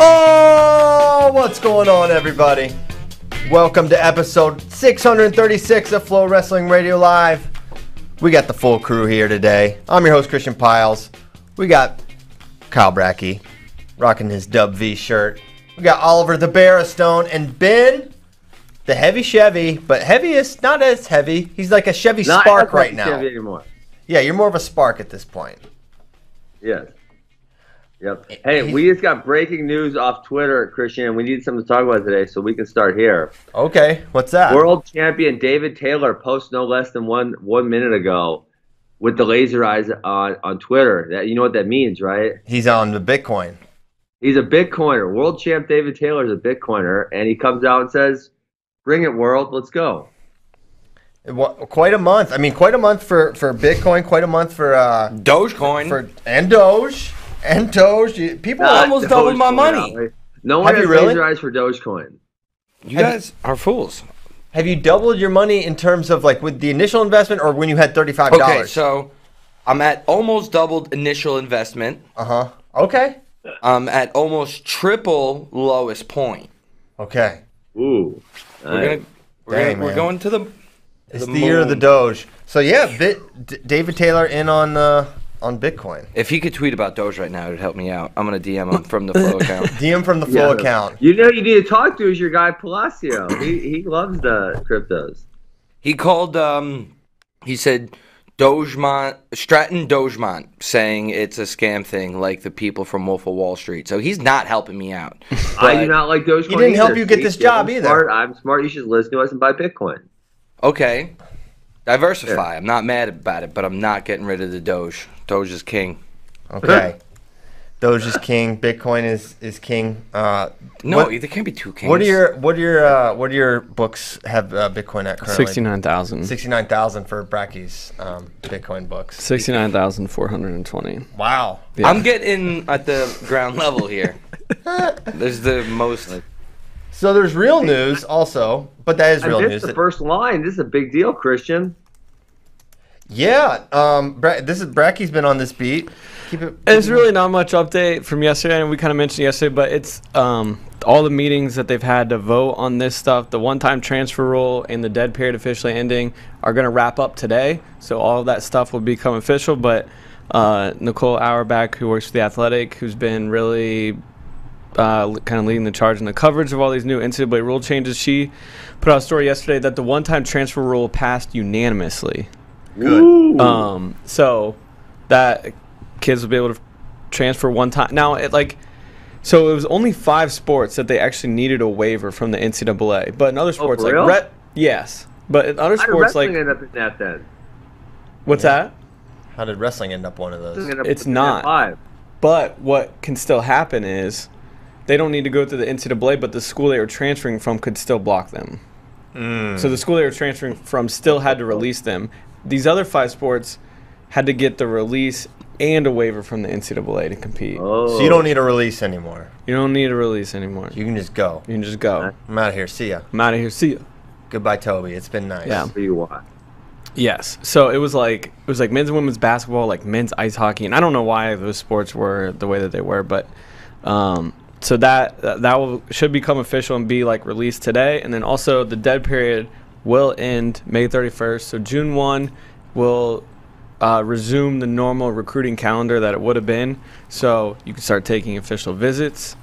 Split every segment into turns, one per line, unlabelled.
Oh, what's going on, everybody? Welcome to episode 636 of Flow Wrestling Radio Live. We got the full crew here today. I'm your host, Christian Piles. We got Kyle Brackey rocking his Dub V shirt. We got Oliver the Bear Stone and Ben the Heavy Chevy, but heavy is not as heavy. He's like a Chevy
Not
Spark
as
right
much
now.
Chevy anymore.
Yeah, you're more of a Spark at this point.
Yes. Yep. Hey, we just got breaking news off Twitter, Christian, and we need something to talk about today, so we can start here.
Okay, what's that?
World champion David Taylor posted no less than one one minute ago with the laser eyes on, on Twitter. That you know what that means, right?
He's on the Bitcoin.
He's a Bitcoiner. World champ David Taylor is a Bitcoiner, and he comes out and says, "Bring it, world. Let's go."
Wha- Quite a month. I mean, quite a month for, for Bitcoin. Quite a month for uh,
Dogecoin.
for and Doge and Doge. you- People
Nah,
almost doubled my
Dogecoin,
money.
Ollie. No one
Have
has
you really?
laser eyes for Dogecoin.
you guys are fools.
have you doubled your money in terms of like with the initial investment or when you had thirty five
Okay,
dollars?
so I'm at almost doubled initial investment.
uh huh. Okay.
I'm at almost triple lowest point.
Okay.
Ooh.
We're gonna, we're,
Dang,
gonna, we're
man.
going to the.
It's the, year of the
moon.
Doge. So yeah, Bit, D- David Taylor in on uh, on Bitcoin.
If he could tweet about Doge right now, it'd help me out. I'm gonna DM him from the flow account.
DM from the Flow account.
You know, you need to talk to is your guy Palacio. he he loves the cryptos.
He called. Um, he said Dogemont Stratton Dogemont, saying it's a scam thing, like the people from Wolf of Wall Street. So he's not helping me out.
I do
But-
not like Dogecoin.
He didn't help
either.
you get
See,
this
see, I'm
job either.
Smart. I'm smart. You should listen to us and buy Bitcoin.
Okay. Diversify. I'm not mad about it, but I'm not getting rid of the Doge. Doge is king.
Okay. Doge is king. Bitcoin is is king. Uh,
No,
what,
there can't be two kings.
what are your what are your uh, what are your books have uh, Bitcoin at currently?
Sixty-nine thousand.
Sixty nine thousand for Bracky's um, Bitcoin books.
Sixty-nine thousand four hundred and twenty.
Wow.
I'm getting at the ground level here. There's the most.
So there's real news also, but that is
I
real news.
missed the first line. This is a big deal, Christian.
yeah, um, Bra- this is Bracky's been on this beat. Keep it.
There's really not much update from yesterday, and we kind of mentioned yesterday, but it's um, all the meetings that they've had to vote on this stuff. The one-time transfer rule and the dead period officially ending are going to wrap up today, so all of that stuff will become official. But uh, Nicole Auerbach, who works for the Athletic, who's been really uh, kind of leading the charge in the coverage of all these new NCAA rule changes, she put out a story yesterday that the one-time transfer rule passed unanimously. Um, so that kids will be able to transfer one time. Now, it like, so it was only five sports that they actually needed a waiver from the NCAA, but in other sports,
Oh, for
like
real?
rep, yes, but in other
How did
sports, like
wrestling end up in that then?
what's that?
How did wrestling end up one of those?
End up
It's
in that
not.
Five.
But what can still happen is they don't need to go through the NCAA, but the school they were transferring from could still block them. So the school they were transferring from still had to release them. These other five sports had to get the release and a waiver from the NCAA to compete.
Oh,
So you don't need a release anymore.
You don't need a release anymore. You
You can just go.
can just go.
I'm out of here. See ya.
I'm out of here. See ya.
Goodbye, Toby. It's been nice.
Yeah.
who you want.
Yes. So it was like it was like men's and women's basketball, like men's ice hockey, and I don't know why those sports were the way that they were, but um, so that that that will, should become official and be like released today, and then also the dead period will end May thirty first. So June one will uh, resume the normal recruiting calendar that it would have been. So you can start taking official visits.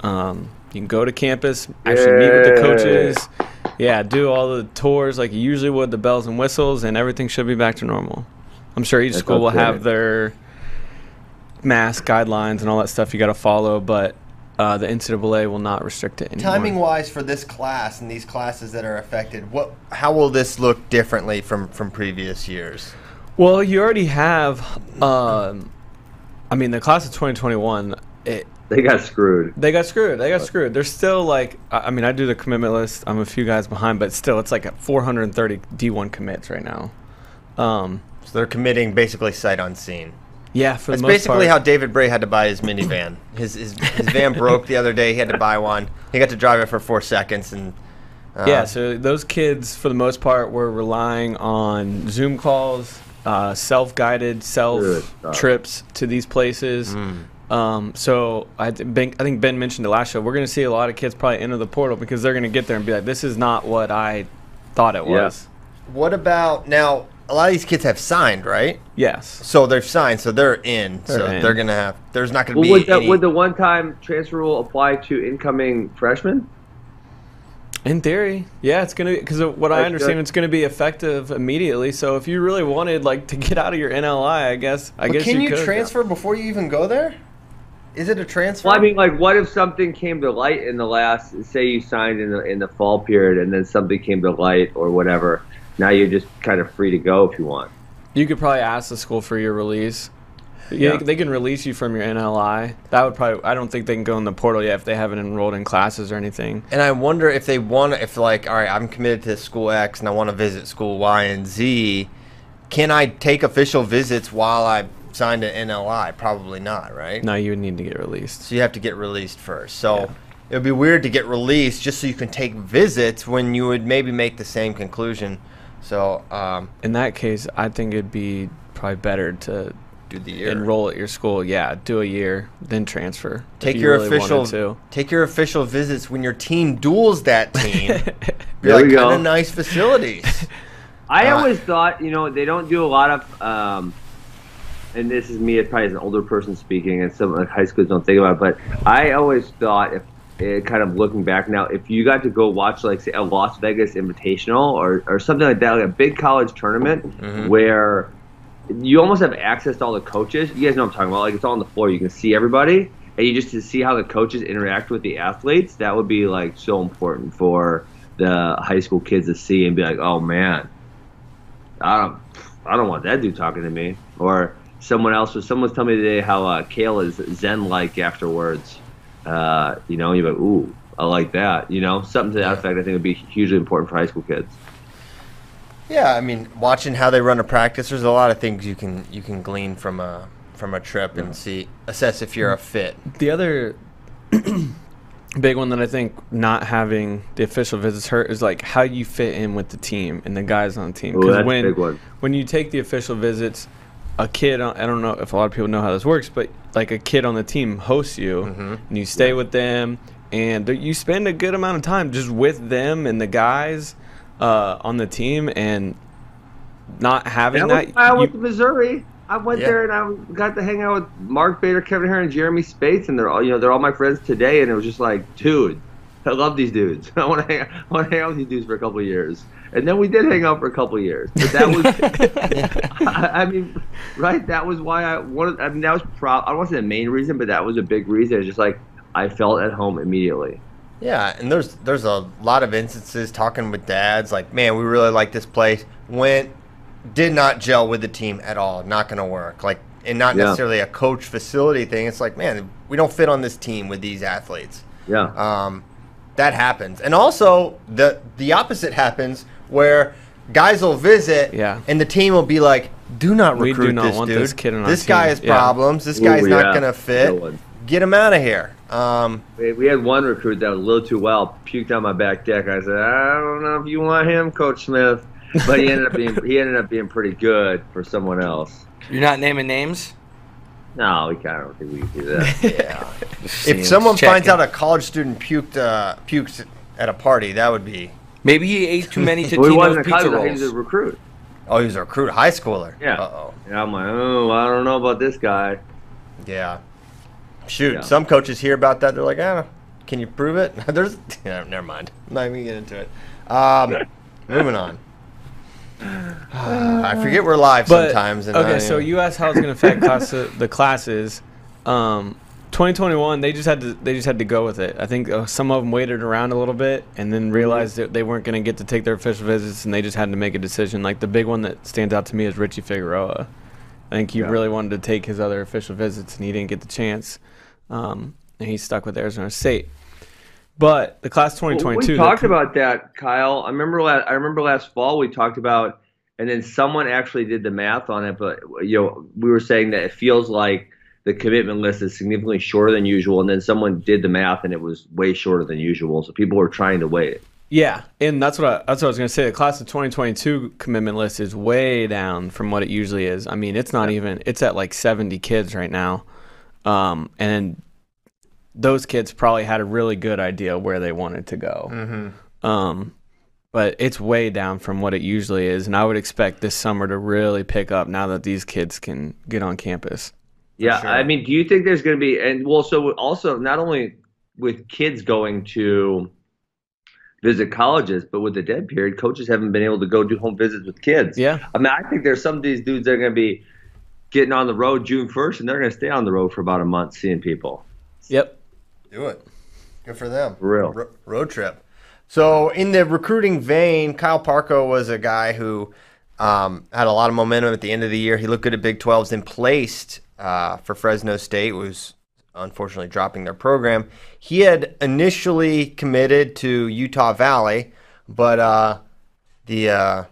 Um, you can go to campus, actually meet with the
Yay.
coaches. Yeah, do all the tours like you usually would, the bells and whistles, and everything should be back to normal. I'm sure each school will have
okay.
their mask guidelines and all that stuff you got to follow, but uh, the NCAA will not restrict it anymore.
Timing wise for this class and these classes that are affected, what how will this look differently from from previous years?
Well, you already have. Um, I mean, the class of 2021. It,
They got screwed.
They got screwed. They got screwed. They're still like, I I mean, I do the commitment list. I'm a few guys behind, but still, it's like at 430 D1 commits right now. Um,
So they're committing basically sight unseen.
yeah, for
That's
the most
basically how
part.
David Bray had to buy his minivan. His, his his van broke the other day. He had to buy one. He got to drive it for four seconds, and uh,
yeah, so those kids, for the most part, were relying on Zoom calls, uh, self guided,
Good Mm.
self
stuff.
trips to these places. Um, so I, th- ben, I think Ben mentioned it last show. We're going to see a lot of kids probably enter the portal because they're going to get there and be like, this is not what I thought it
Yeah.
was.
what about now? A lot of these kids have signed, right?
Yes.
So they've signed, so they're in. so
in.
they're gonna have. There's not gonna
Well,
be.
would, that,
any-
would the one-time transfer rule apply to incoming freshmen?
In theory, yeah, it's gonna because what I
That's
understand,
good.
it's gonna be effective immediately. So if you really wanted like to get out of your NLI, I guess I
But
guess
can you,
could.
transfer before you even go there? Is it a transfer?
Well, I mean, like, what if something came to light in the last? Say you signed in the in the fall period, and then something came to light or whatever. Now you're just kind of free to go if you want.
You could probably ask the school for your release. Yeah,
Yeah.
they can release you from your NLI. That would probably. I don't think they can go in the portal yet if they haven't enrolled in classes or anything.
And I wonder if they want, if like, all right, I'm committed to school X and I want to visit school Y and Z. Can I take official visits while I signed an NLI? Probably not, right?
No, you would need to get released.
So you have to get released first. So it would be weird to get released just so you can take visits when you would maybe make the same conclusion. So um,
In that case, I think it'd be probably better to
do the year.
enroll at your school. Yeah, do a year, then transfer. if
Take
you
your
really wanted
official
to.
take your official visits when your team duels that team.
There
You're like
we go.
kind of nice facilities.
I
Uh,
always thought, you know, they don't do a lot of, um, and this is me as probably as an older person speaking, and some like high schools don't think about. it, But I always thought, if eh, kind of looking back now, if you got to go watch like say a Las Vegas Invitational or or something like that, like a big college tournament where you almost have access to all the coaches. You guys know what I'm talking about. Like it's all on the floor, you can see everybody, and you just to see how the coaches interact with the athletes. That would be like so important for the high school kids to see and be like, oh man. I don't, I don't want that dude talking to me. Or someone else, or someone's telling me today how uh, Kale is zen-like afterwards. Uh, you know, you're like, ooh, I like that. You know, something to that effect. I think would be hugely important for high school kids.
Yeah, I mean, watching how they run a practice, there's a lot of things you can you can glean from a from a trip and see assess if you're a fit.
The other big one that I think not having the official visits hurt is like how you fit in with the team and the guys on the team.
Ooh,
'Cause
that's a
when
big one.
when you take the official visits, a kid on- I don't know if a lot of people know how this works, but like a kid on the team hosts you
Mm-hmm.
and you stay with them and th- you spend a good amount of time just with them and the guys uh, on the team and not having
That
that,
was why I went
you-
to Missouri. I went
Yeah.
there and I got to hang out with Mark Bader, Kevin Herron, Jeremy Spates, and they're all you know they're all my friends today. And it was just like, dude, I love these dudes. I want to hang, I want to hang out with these dudes for a couple of years. And then we did hang out for a couple of years. But that was, I, I mean, right? That was why I wanted. I mean, that was pro. I don't want to say the main reason, but that was a big reason. It's just like I felt at home immediately.
Yeah, and there's there's a lot of instances talking with dads like, man, we really like this place. Went, did not gel with the team at all. Not going to work. Like, and not
Yeah.
necessarily a coach facility thing. It's like, man, we don't fit on this team with these athletes.
Yeah.
um, that happens. And also the the opposite happens where guys will visit
Yeah.
and the team will be like, do not
We do
recruit
not
this
want
dude.
this kid on
guy
our team.
has
Yeah.
problems. This guy's
Ooh,
not
yeah.
gonna fit.
Good one.
Get him out of here. Um,
We we had one recruit that was a little too well, puked on my back deck. I said, I don't know if you want him, Coach Smith, but he ended up being he ended up being pretty good for someone else.
You're not naming names.
No, we kind of don't think we can do that.
if someone finds out a college student puked uh, pukes at a party, that would be.
maybe he ate too many
Well, he wasn't
Totino's
a
pizza
college, he was a
rolls.
recruit.
Oh, he was a recruit, high schooler.
Yeah.
Uh oh.
And I'm like, oh, I don't know about this guy.
Yeah. Shoot,
Yeah.
some coaches hear about that. They're like, ah, can you prove it? There's, yeah, never mind. I'm not even gonna get into it. Um, moving on. I forget we're live
But,
sometimes. And
okay,
I-
so you asked how it's going to affect class, uh, the classes. Um, 2021, they just had to they just had to go with it. I think uh, some of them waited around a little bit and
Mm-hmm.
then realized that they weren't going to get to take their official visits, and they just had to make a decision. Like the big one that stands out to me is Richie Figueroa. I think he really wanted to take his other official visits, and he didn't get the chance. Um, and he's stuck with Arizona State. But the class 2022,
We
that
talked
com-
about that, Kyle. I remember. La- I remember last fall we talked about, and then someone actually did the math on it. But you know, we were saying that it feels like the commitment list is significantly shorter than usual, and then someone did the math, and it was way shorter than usual. So people were trying to wait.
Yeah, and that's what I, that's what I was gonna say. The class of 2022 commitment list is way down from what it usually is. I mean, it's not even it's at like 70 kids right now, um, and those kids probably had a really good idea where they wanted to go. Um, but it's way down from what it usually is, and I would expect this summer to really pick up now that these kids can get on campus.
Yeah, I mean, do you think there's going to be and well, so also not only with kids going to visit colleges, but with the dead period, coaches haven't been able to go do home visits with kids.
Yeah.
I mean, I think there's some of these dudes that are going to be getting on the road June 1st, and they're going to stay on the road for about a month seeing people.
Yep.
Do it. Good for them.
For real.
Ro- road trip. So in the recruiting vein, Kyle Parko was a guy who um, had a lot of momentum at the end of the year. He looked good at Big 12s and placed uh, for Fresno State, was unfortunately dropping their program. He had initially committed to Utah Valley, but uh, the uh,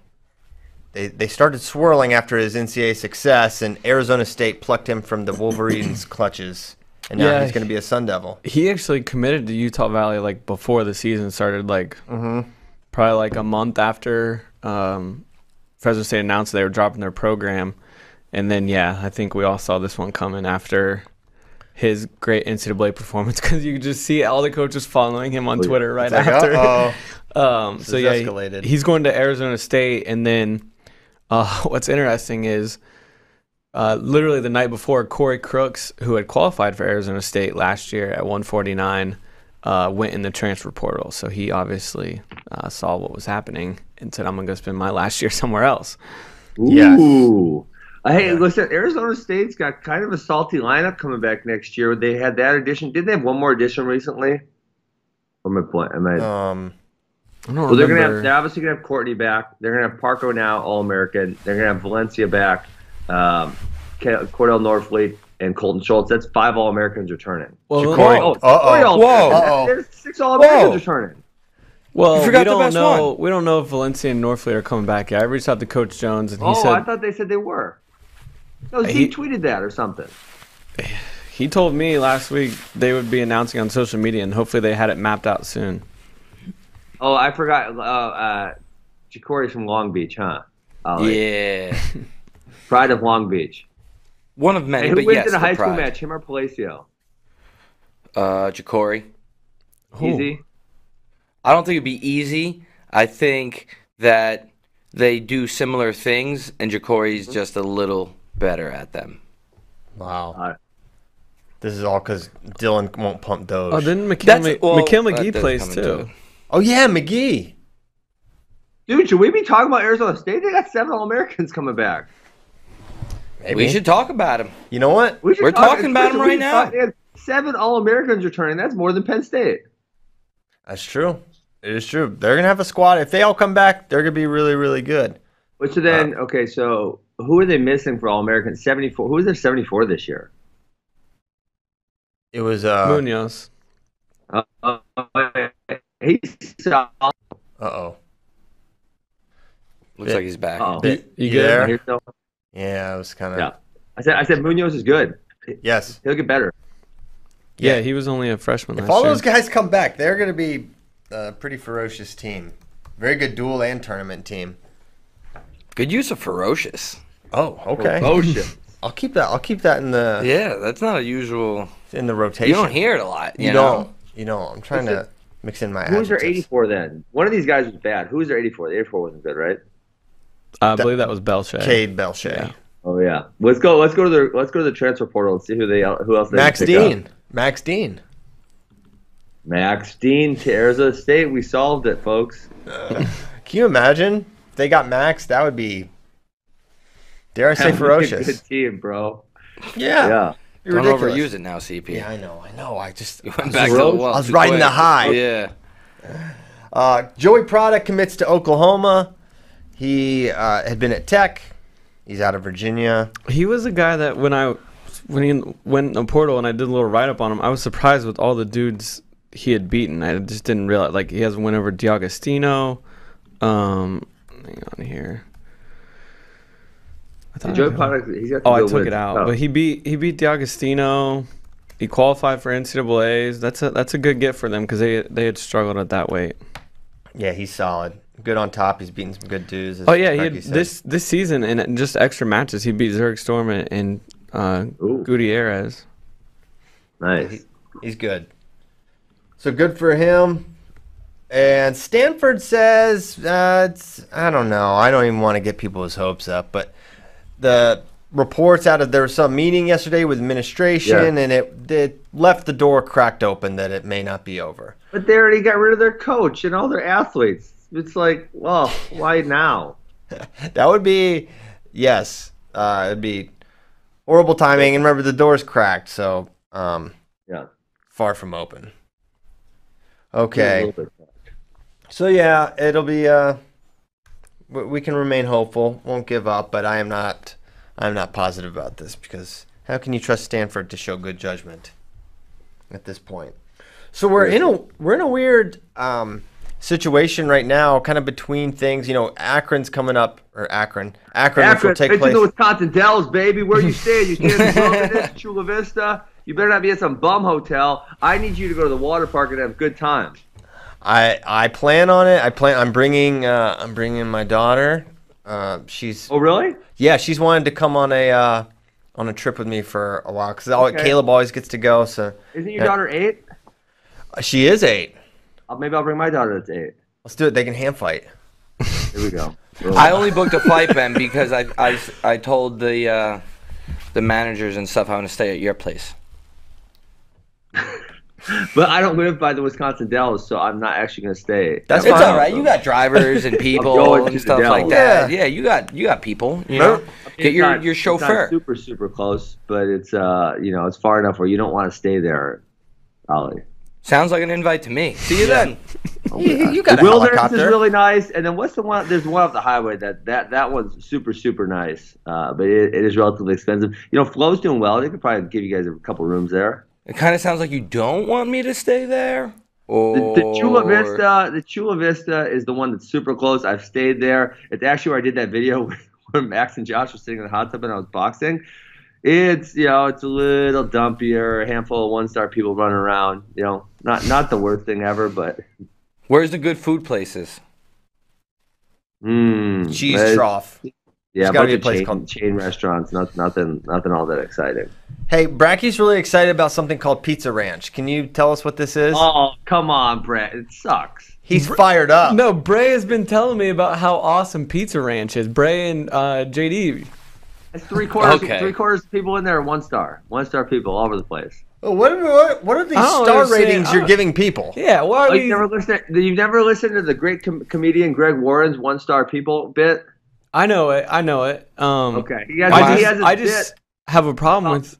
they, they started swirling after his NCAA success, and Arizona State plucked him from the Wolverines' clutches, and now
Yeah,
he's going to be a Sun Devil.
He actually committed to Utah Valley like before the season started, like
Mm-hmm.
probably like a month after um, Fresno State announced they were dropping their program. And then, yeah, I think we all saw this one coming after his great NCAA performance because you could just see all the coaches following him on Twitter right
Oh, Like,
after.
uh-oh.
Um, so
has
yeah, he-
escalated.
he's going to Arizona State, and then uh, what's interesting is uh, literally the night before, Corey Crooks, who had qualified for Arizona State last year at 149, uh, went in the transfer portal. So he obviously uh, saw what was happening and said, "I'm gonna go spend my last year somewhere else."
Yes.
Ooh. Uh, Hey, listen, Arizona State's got kind of a salty lineup coming back next year. They had that addition. Didn't they have one more addition recently? Or am I, bl- am
Uh,
I
Um,
I don't
Well, they're gonna have
remember.
they're obviously gonna have Courtney back. They're gonna have Parko now, All American. They're gonna have Valencia back, um, Ke- Cordell Norfleet and Colton Schultz. That's five All Americans returning.
well,
Oh,
Corey-
well,
uh-oh.
three All-Americans.
Uh-oh.
There's six All Americans
Whoa.
returning.
well, we
forgot the
don't
best
know. We don't know if Valencia and Norfleet are coming back yet. I reached out to Coach Jones, and he
Oh, I
said
thought they said they were. No, he,
He-
tweeted that or something.
He told me last week they would be announcing on social media, and hopefully they had it mapped out soon.
Oh, I forgot. Uh, uh, Jacory's from Long Beach, huh? Ollie.
Yeah,
Pride of Long Beach.
one of many.
And who
but
wins
yes,
in a high
the
school
pride.
match? Him or Palacio?
Uh, Jacory.
Who?
Easy.
I don't think it'd be easy. I think that they do similar things, and Jacory's
Mm-hmm.
just a little better at them.
wow.
right.
This is all because Dylan won't pump Doge.
Oh,
Oh,
then McKill,
That's-
Ma-
well,
McKill
that
McGee
does
plays
come into
too.
it.
yeah, McGee.
Dude, should we be talking about Arizona State? They got seven All Americans coming back.
Maybe.
We should talk about him.
You know what?
We should
We're
talk-
talking about 'em
Christian, we
right now.
talked- they had seven All Americans returning. That's more than Penn State.
That's true. It is true. They're gonna have a squad. If they all come back, they're gonna be really, really good.
Which so then, okay, so who are they missing for All Americans? 74. Who is there 74 this year?
It was uh
Munoz.
Uh, uh, he's solid.
uh oh.
Looks like he's back.
Uh-oh.
Oh.
You- you good?
there?
Here's no-
Yeah, it was kind of.
Yeah. I said I said Munoz is good.
Yes.
He'll get better.
Yeah, he was only a freshman
If
last
all
year.
those guys come back, they're going to be a pretty ferocious team. Very good duel and tournament team.
Good use of ferocious.
Oh, okay.
Ferocious.
I'll keep that. I'll keep that in the
yeah, that's not a usual.
in the rotation.
You don't hear it a lot.
You,
You,
don't.
know?
You don't. I'm trying to mix in my.
Who was their
adjectives.
84 then? One of these guys was bad. Who was their 84? The 84 wasn't good, right?
I believe that was Belshay.
Cade Belche.
Oh yeah. Let's go. Let's go to the let's go to the transfer portal and see who they who else they
Max
pick up.
Dean. Max Dean.
Max Dean to Arizona State. We solved it, folks.
Can you imagine? If they got Max, that would be dare I say ferocious.
Good team, bro.
Yeah.
Yeah.
You're
Don't
ridiculous.
overuse it now, CP.
Yeah, I know, I know. I just
You went back to the
rogue?
well
I was
too
riding the
quick.
high.
Yeah.
uh, Joey Prada commits to Oklahoma. He uh, had been at Tech. He's out of Virginia.
He was a guy that when I when he went in the portal and I did a little write up on him, I was surprised with all the dudes he had beaten. I just didn't realize like he has a win over D'Agostino. Um, hang on here. I thought I
Joey
had-
Potter, he's got
Oh, I
go
took
wins.
it out.
Oh.
But he beat he beat D'Agostino. He qualified for NCAA's. That's a that's a good get for them because they they had struggled at that weight.
Yeah, he's solid. Good on top. He's beating some good dudes. as
Oh yeah, he
Becky
had
said.
this this season and just extra matches. He beat Zurich Storm and, and uh,
Ooh.
Gutierrez.
nice.
He's good. So good for him. And Stanford says, uh, it's, I don't know. I don't even want to get people's hopes up, but the reports out of there was some meeting yesterday with administration,
Yeah.
and it, it left the door cracked open that it may not be over.
But they already got rid of their coach and all their athletes. It's like, well, why now?
That would be, yes, uh, it'd be horrible timing. And remember, the door's cracked, so um,
Yeah.
far from open.
A
Okay.
little bit.
So yeah, it'll be. Uh, we we can remain hopeful. Won't give up, but I am not. I'm not positive about this because how can you trust Stanford to show good judgment at this point? So we're in a we're in a weird um, situation right now, kind of between things. You know, Akron's coming up, or Akron, Akron, which will
Akron,
take
it's in
place.
the Wisconsin Dells, baby. Where you staying? You staying in the wilderness, Chula Vista? You better not be at some bum hotel. I need you to go to the water park and have good time.
I I plan on it. I plan. I'm bringing. Uh, I'm bringing my daughter. Uh, she's
Oh, really?
Yeah, she's wanted to come on a uh, on a trip with me for a while because
Okay.
Caleb always gets to go. So
Isn't your
Yeah.
daughter eight?
she is eight.
Uh, Maybe I'll bring my daughter that's eight.
Let's do it. They can hand fight.
Here we go.
I only booked a flight, Ben, because I I, I told the uh, the managers and stuff I'm going to stay at your place.
But I don't live by the Wisconsin Dells, so I'm not actually going to stay.
That's
It's
fine.
all right. You got drivers and
going
people
to the
and stuff like
Dells.
that.
Yeah.
Yeah. you got you got people. You
Remember-
know, get
It's
your
not-
your
it's not
chauffeur.
super super close, but it's uh you know it's far enough where you don't want to stay there, Ollie.
Sounds like an invite to me. See you then.
you, you got a
Wilderness is
helicopter.
really nice, and then what's the one? There's one off the highway that that that one's super super nice, uh, but it, it is relatively expensive. You know, Flo's doing well. They could probably give you guys a couple rooms there.
It kind of sounds like you don't want me to stay there.
The,
Or
the Chula Vista, the Chula Vista is the one that's super close. I've stayed there. It's actually where I did that video where Max and Josh were sitting in the hot tub and I was boxing. It's you know it's a little dumpier, a handful of one star people running around. You know, not not the worst thing ever, but
Where's the good food places?
mm,
Cheese
but-
trough.
Yeah,
There's
a
gotta
bunch
be a
of
place
chain,
called-
chain restaurants. Not, nothing nothing all that exciting.
Hey, Bracky's really excited about something called Pizza Ranch. Can you tell us what this is?
Oh come on, Brett, it sucks.
He's fired up.
No, Bray has been telling me about how awesome Pizza Ranch is. Bray and uh, JD.
It's three quarters
Okay.
three quarters of people in there are one star, one star people all over the place.
Oh, What, are- what, what are these
I don't
star
understand.
ratings
I
you're
don't-
giving people?
Yeah, why are
Oh,
we?
you've never listened. You've never listened to the great com- comedian Greg Warren's one star people bit.
I know it. I know it. Um,
Okay, he has.
I
he
just,
has a Oh.
I just
bit.
have a problem with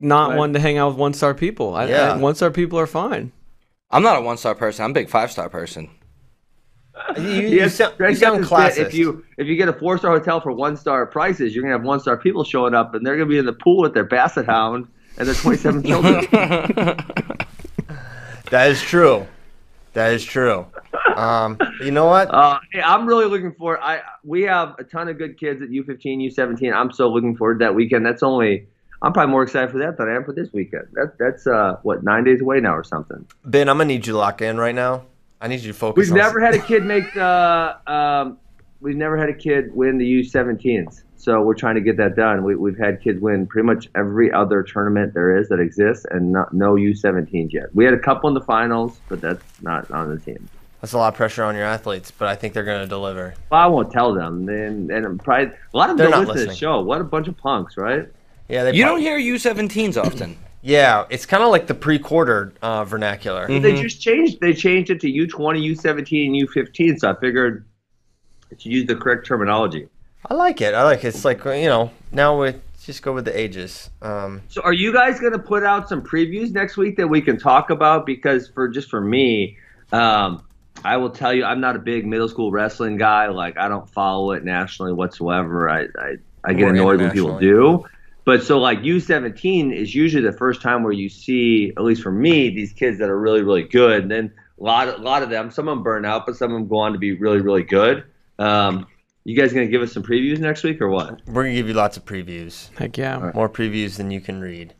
not
Right.
wanting to hang out with one star people. I,
Yeah.
one star people are fine.
I'm not a one star person. I'm a big five star person.
You,
He
you
has-
sound, you
Greg has
sound
this bit,
classist.
If you if you get a four star hotel for one star prices, you're gonna have one star people showing up, and they're gonna be in the pool with their basset hound and their 27 children.
That is true. That is true. Um, but you know what?
Uh, hey, I'm really looking forward. I we have a ton of good kids at U15, U17. I'm so looking forward to that weekend. That's only. I'm probably more excited for that than I am for this weekend. That, that's uh, what nine days away now or something.
Ben, I'm gonna need you to lock in right now. I need you to focus.
We've
on-
never had a kid make the. Um, we've never had a kid win the U17s, so we're trying to get that done. We, we've had kids win pretty much every other tournament there is that exists, and not, no U17s yet. We had a couple in the finals, but that's not on the team.
That's a lot of pressure on your athletes, but I think they're gonna deliver.
Well, I won't tell them. Then, and I'm probably a lot of
They're
them don't
not
listen to the
listening.
show. What a bunch of punks, right?
Yeah, they
You
prob-
don't hear U17s often.
Yeah, it's kind of like the pre-quarter uh, vernacular.
They just changed. They changed it to U twenty, U seventeen, and U fifteen. So I figured to use the correct terminology.
I like it. I like it. It's like you know. Now we just go with the ages. Um,
So are you guys going to put out some previews next week that we can talk about? Because for just for me, um, I will tell you, I'm not a big middle school wrestling guy. Like I don't follow it nationally whatsoever. I I, I get
Or
annoyed when people do. But so like U17 is usually the first time where you see, at least for me, these kids that are really really good. And then a lot a lot of them, some of them burn out, but some of them go on to be really really good. Um, you guys going to give us some previews next week or what?
we're gonna give you lots of previews,
Heck yeah.
more previews than you can read.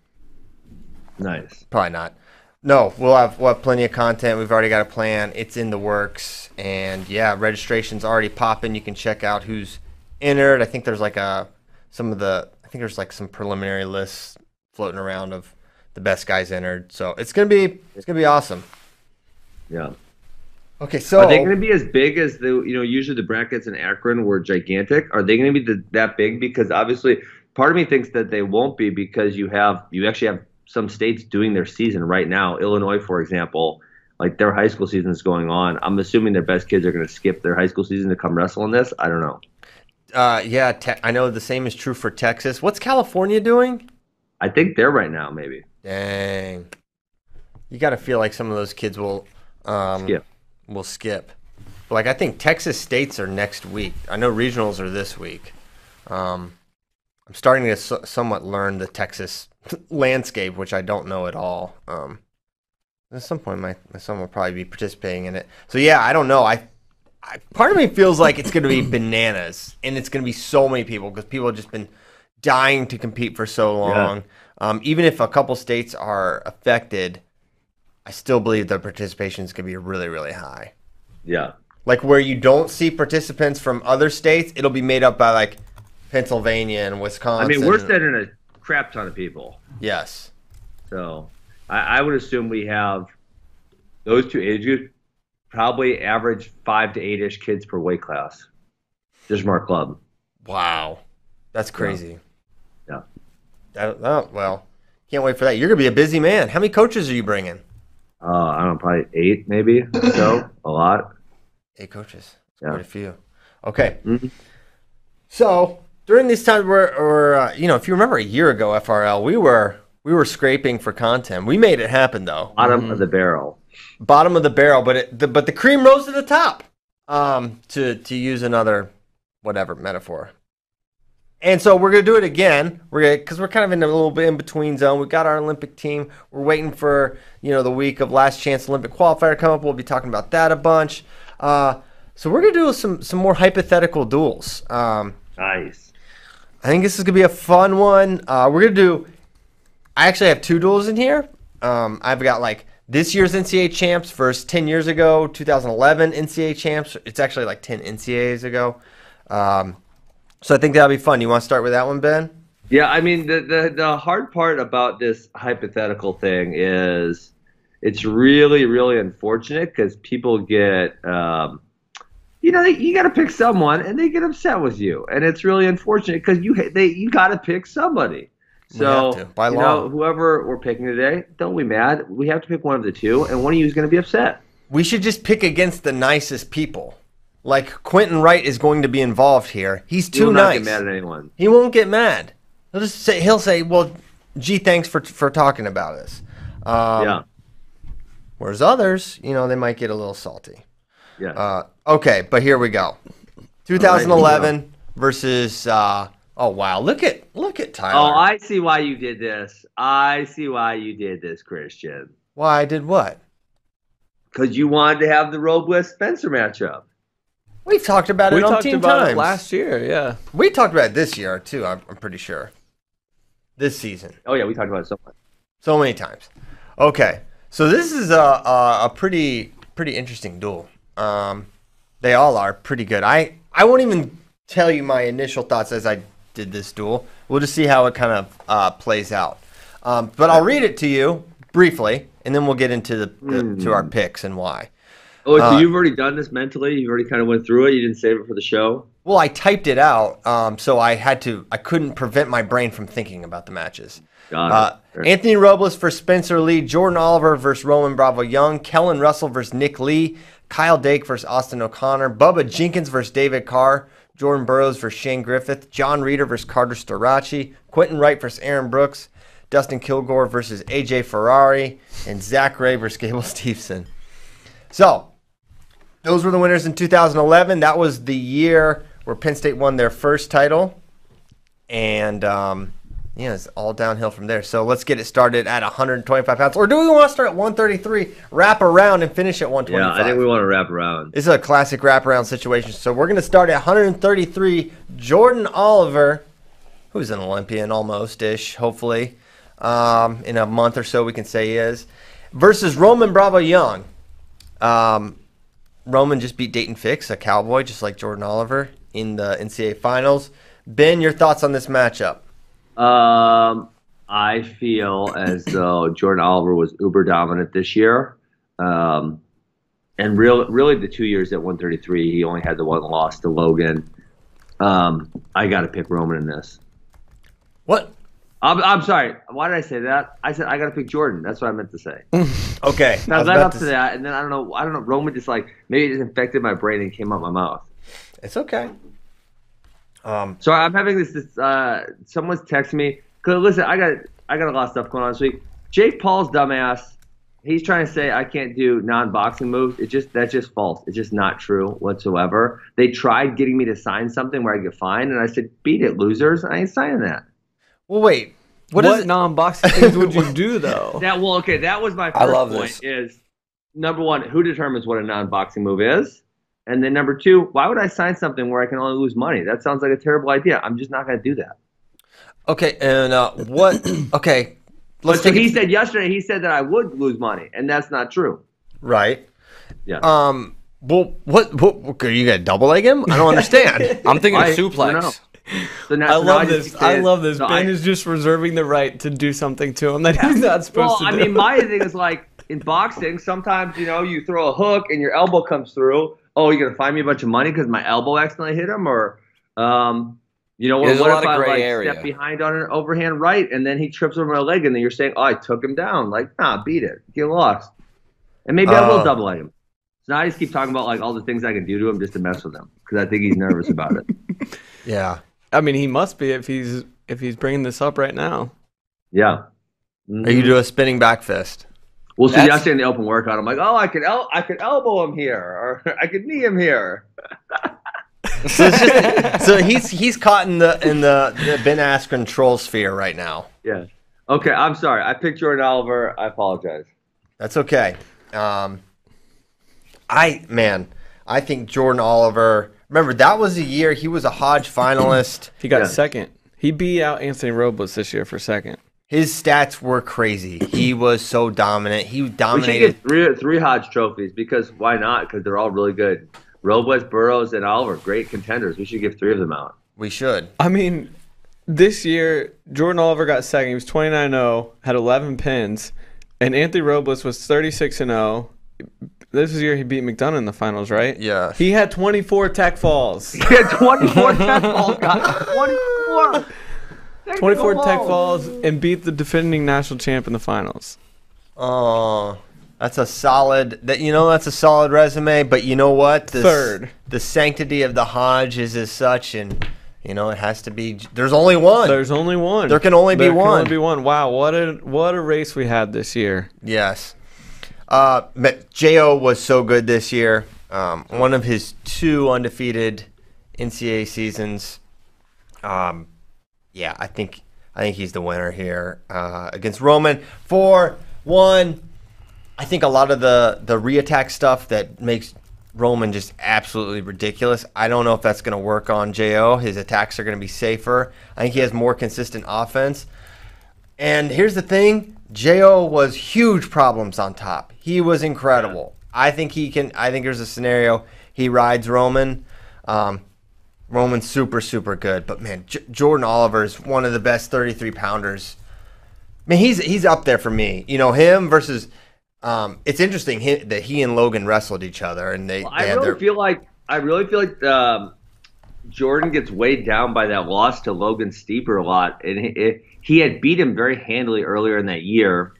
Nice.
Probably not. No, we'll have we'll have plenty of content. We've already got a plan. It's in the works, and yeah, registration's already popping. You can check out who's entered. I think there's like a some of the I think there's like some preliminary lists floating around of the best guys entered. So it's gonna be it's gonna be awesome.
Yeah.
Okay, so
Are they going to be as big as the you know usually the brackets in Akron were gigantic? Are they going to be the, that big? Because obviously, part of me thinks that they won't be because you have you actually have some states doing their season right now. Illinois, for example, like their high school season is going on. I'm assuming their best kids are going to skip their high school season to come wrestle in this. I don't know.
uh, yeah, te- I know the same is true for Texas. What's California doing?
I think they're right now maybe.
Dang, you got to feel like some of those kids will um,
Yeah.
will skip. Like I think Texas states are next week. I know regionals are this week. Um, I'm starting to so- somewhat learn the Texas landscape, which I don't know at all. Um, at some point, my, my son will probably be participating in it. So yeah, I don't know. I, I part of me feels like it's going to be bananas, and it's going to be so many people because people have just been dying to compete for so long. Um, even if a couple states are affected, I still believe the participation is going to be really, really high
Yeah.
like where you don't see participants from other states, it'll be made up by like Pennsylvania and
I
Wisconsin.
mean, we're sending a crap ton of people.
Yes.
So I, I would assume we have those two age groups probably average five to eight ish kids per weight class. Just from our club.
Wow. That's crazy.
Yeah.
That, oh, well, can't wait for that. You're going to be a busy man. How many coaches are you bringing?
Uh, I don't know, probably eight maybe. So a lot.
Eight coaches. That's
Yeah. Mm-hmm.
Quite a few. Okay. So during these times, where, or uh, you know, if you remember a year ago, FRL, we were we were scraping for content. We made it happen though.
Bottom of the barrel.
bottom of the barrel, but it, the, but the cream rose to the top. Um, to to use another whatever metaphor. And so we're gonna do it again. We're gonna because we're kind of in a little bit in between zone. We got our Olympic team. We're waiting for you know the week of last chance Olympic qualifier to come up. We'll be talking about that a bunch. Uh, so we're gonna do some some more hypothetical duels. Um,
Nice.
I think this is gonna be a fun one. Uh, we're gonna do. I actually have two duels in here. Um, I've got like this year's NCAA champs versus ten years ago, 2011 NCAA champs. It's actually like ten NCAAs ago. Um, so I think that'll be fun. You want to start with that one, Ben?
Yeah, I mean the, the the hard part about this hypothetical thing is it's really really unfortunate because people get um, you know they, you got to pick someone and they get upset with you and it's really unfortunate because you ha- they you got to pick somebody. So
have to, by
you
law.
know whoever we're picking today, don't be mad. We have to pick one of the two, and one of you is going to be upset.
We should just pick against the nicest people. Like Quentin Wright is going to be involved here. He's
You
too
will not
nice.
get mad at anyone.
He won't get mad. He'll just say he'll say, "Well, gee, thanks for for talking about this." Um,
yeah,
Whereas others, you know, they might get a little salty.
yeah.
Uh, okay, but here we go. 2011 versus. Uh, oh wow! Look at look at Tyler.
oh, I see why you did this. I see why you did this, Christian.
Why I did what?
because you wanted to have the Robles Spencer matchup.
We've talked about
We
it
talked
umpteen
about
times.
it last year. Yeah.
we talked about it this year too. I'm, I'm pretty sure. This season,
Oh yeah, we talked about it so much.
so many times. Okay, so this is a a, a pretty pretty interesting duel. Um, they all are pretty good. I I won't even tell you my initial thoughts as I did this duel. We'll just see how it kind of uh, plays out. Um, but I'll read it to you briefly, and then we'll get into the, the to our picks and why.
Oh, so you've already done this mentally. You've already kind of went through it. You didn't save it for the show.
Well, I typed it out, um, so I had to. I couldn't prevent my brain from thinking about the matches.
Got it.
Uh,
Fair.
Anthony Robles versus Spencer Lee, Jordan Oliver versus Roman Bravo Young, Kellen Russell versus Nick Lee, Kyle Dake versus Austin O'Connor, Bubba Jenkins versus David Carr, Jordan Burroughs versus Shane Griffith, John Reeder versus Carter Storaci, Quentin Wright versus Aaron Brooks, Dustin Kilgore versus AJ Ferrari, and Zach Ray versus Gable Steveson. So those were the winners in 2011. That was the year where Penn State won their first title, and um, yeah, it's all downhill from there. So let's get it started at 125 pounds, or do we want to start at 133, wrap around, and finish at
Yeah,
125?
I think we want to wrap around.
This is a classic wraparound situation. So we're going to start at 133. Jordan Oliver, who's an Olympian almost ish, hopefully, um, in a month or so, we can say he is, versus Roman Bravo Young. Um, Roman just beat Dayton Fix, a cowboy, just like Jordan Oliver, in the NCAA finals. Ben, your thoughts on this matchup?
Um, I feel as though Jordan Oliver was uber dominant this year. Um, and real, really, the two years at 133, he only had the one loss to Logan. Um, I got to pick Roman in this.
What?
I'm, I'm sorry. Why did I say that? I said I got to pick Jordan. That's what I meant to say.
Okay. I
Now I
was
led
about
up to
s-
that, and then I don't know. I don't know. Roman just like maybe it infected my brain and came out my mouth.
It's okay.
So I'm having this. this uh, someone's texting me. Cause listen, I got I got a lot of stuff going on this week. Jake Paul's dumbass. He's trying to say I can't do non-boxing moves. It just that's just false. It's just not true whatsoever. They tried getting me to sign something where I get fined, and I said, "Beat it, losers! I ain't signing that."
Well, wait.
What,
What, is it?
non-boxing things would you do though?
That well, okay, that was my first
I love
point.
this.
Is number one, who determines what a non-boxing move is, and then number two, why would I sign something where I can only lose money? That sounds like a terrible idea. I'm just not going to do that.
Okay. And uh, what? Okay.
But so
take it-
he said yesterday, he said that I would lose money, and that's not true.
Right.
Yeah.
Um. Well, what? What? what are you gonna double leg him? I don't understand.
I'm thinking
I-
of suplex.
no. So now,
I
so now
love
just
this.
keep saying-
I love this.
so
ben
I-
is just reserving the right to do something to him that he's not supposed
well,
to
I
do.
mean, my thing is like in boxing, sometimes you know you throw a hook and your elbow comes through. Oh, you're gonna find me a bunch of money because my elbow accidentally hit him, or um, you know, or
There's a
what
lot
if
of
I
gray
like
area.
step behind on an overhand right and then he trips over my leg and then you're saying, oh, I took him down. Like, nah, beat it, get lost, and maybe I
Oh.
will double leg him. So now I just keep talking about like all the things I can do to him just to mess with him because I think he's nervous about it.
yeah.
I mean, he must be if he's if he's bringing this up right now.
Yeah.
Or you do a spinning back fist.
Well, so
That's-
yesterday in the open workout, I'm like, oh, I could, el- I could elbow him here, or I could knee him here.
So, it's just, so he's he's caught in the in the, the Ben Askren troll sphere right now.
Yeah. Okay, I'm sorry. I picked Jordan Oliver. I apologize.
That's okay. Um, I man, I think Jordan Oliver. Remember that was a year he was a Hodge finalist.
He got
Yeah.
second. He beat out Anthony Robles this year for second.
His stats were crazy. He was so dominant. He
We should
dominated.
get three three Hodge trophies because why not? Because they're all really good. Robles, Burrows, and Oliver, great contenders. We should give three of them out.
We should.
I mean, this year Jordan Oliver got second. He was 29-0, had 11 pins, and Anthony Robles was 36-0. This is the year he beat McDonough in the finals, right?
Yeah.
He had 24 tech falls.
He had 24 tech balls, guys. 24.
24 tech falls and beat the defending national champ in the finals.
Oh, that's a solid. That you know, that's a solid resume. But you know what? The, s-
Third.
The sanctity of the Hodge is as such, and you know it has to be. j- There's only one.
There's only one.
There can only be one.
only be one. Wow, what a what a race we had this year.
yes. Uh, but Jo was so good this year. Um, one of his two undefeated NCAA seasons. Um, yeah, I think I think he's the winner here uh, against Roman. Four one I think a lot of the the reattack stuff that makes Roman just absolutely ridiculous. I don't know if that's going to work on Jo. His attacks are going to be safer. I think he has more consistent offense. And here's the thing: Jo was huge problems on top. He was incredible. I think he can. I think there's a scenario he rides Roman. Um, Roman's super super good, but man, J- Jordan Oliver is one of the best 33 pounders. I mean, he's he's up there for me. You know him versus. Um, it's interesting hi that he and Logan wrestled each other, and they, they
I
had
really
their
feel like I really feel like um, Jordan gets weighed down by that loss to Logan Steeper a lot, and he, he had beat him very handily earlier in that year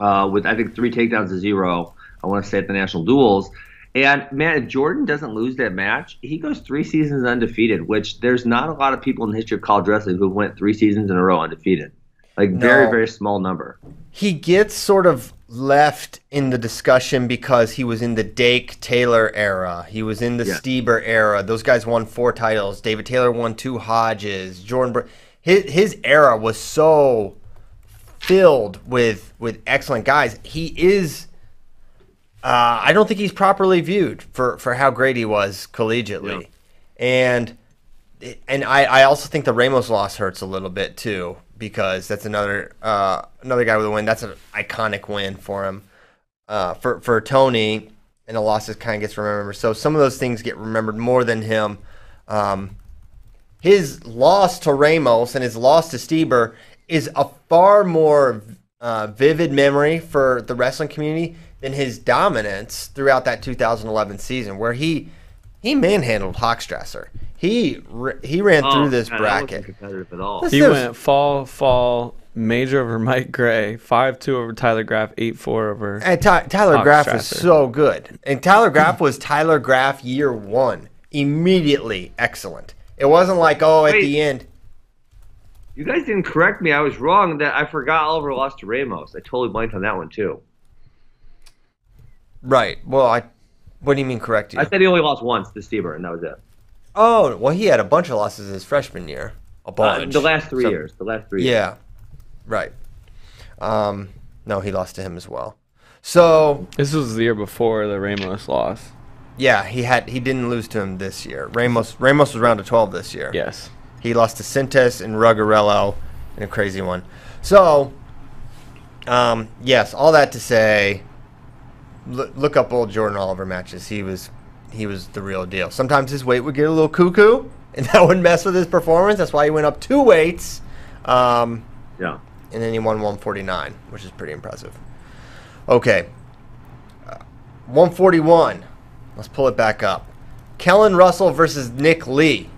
uh, with I think three takedowns to zero. I want to say at the national duels. And man, if Jordan doesn't lose that match, he goes three seasons undefeated, which there's not a lot of people in the history of college wrestling who went three seasons in a row undefeated. Like very,
No.
very small number.
he gets sort of left in the discussion because he was in the Dake Taylor era. He was in the
Yeah.
Steber era. Those guys won four titles. David Taylor won two Hodges. Jordan Br- his his era was so filled with with excellent guys. He is uh, I don't think he's properly viewed for for how great he was collegiately. And and I, I also think the Ramos loss hurts a little bit too because that's another uh, another guy with a win. That's an iconic win for him. Uh, for for Tony, and the losses kind of gets remembered. So some of those things get remembered more than him. Um, his loss to Ramos and his loss to Steber is a far more uh, vivid memory for the wrestling community than his dominance throughout that 2011 season, where he he manhandled Hochstrasser. He r- he ran
Oh.
through this
God, that wasn't
bracket.
competitive at all.
This
He
is-
went fall, fall, major over Mike Gray, 5 2 over Tyler Graff, 8 4 over.
And Ty- Tyler Graff was
Hochstrasser.
so good. And Tyler Graff was Tyler Graff year one, immediately excellent. It wasn't like oh at
Wait.
the end.
You guys didn't correct me. I was wrong that I forgot Oliver lost to Ramos. I totally blanked on that one too.
Right. Well, I. What do you mean correct you?
I said he only lost once to Steber, and that was it.
oh well, he had a bunch of losses his freshman year. A
Uh,
bunch.
the last three
So-
years. The last three. years.
Yeah. Right. Um. No, he lost to him as well. So
This was the year before the Ramos loss.
yeah, he had he didn't lose to him this year. Ramos Ramos was round of twelve this year.
Yes.
He lost to Sintes and Ruggarello in a crazy one. So, um, yes, all that to say, l- look up old Jordan Oliver matches. He was he was the real deal. Sometimes his weight would get a little cuckoo, and that would mess with his performance. That's why he went up two weights, um,
Yeah.
and then he won 149, which is pretty impressive. Okay, Uh, 141. Let's pull it back up. Kellen Russell versus Nick Lee.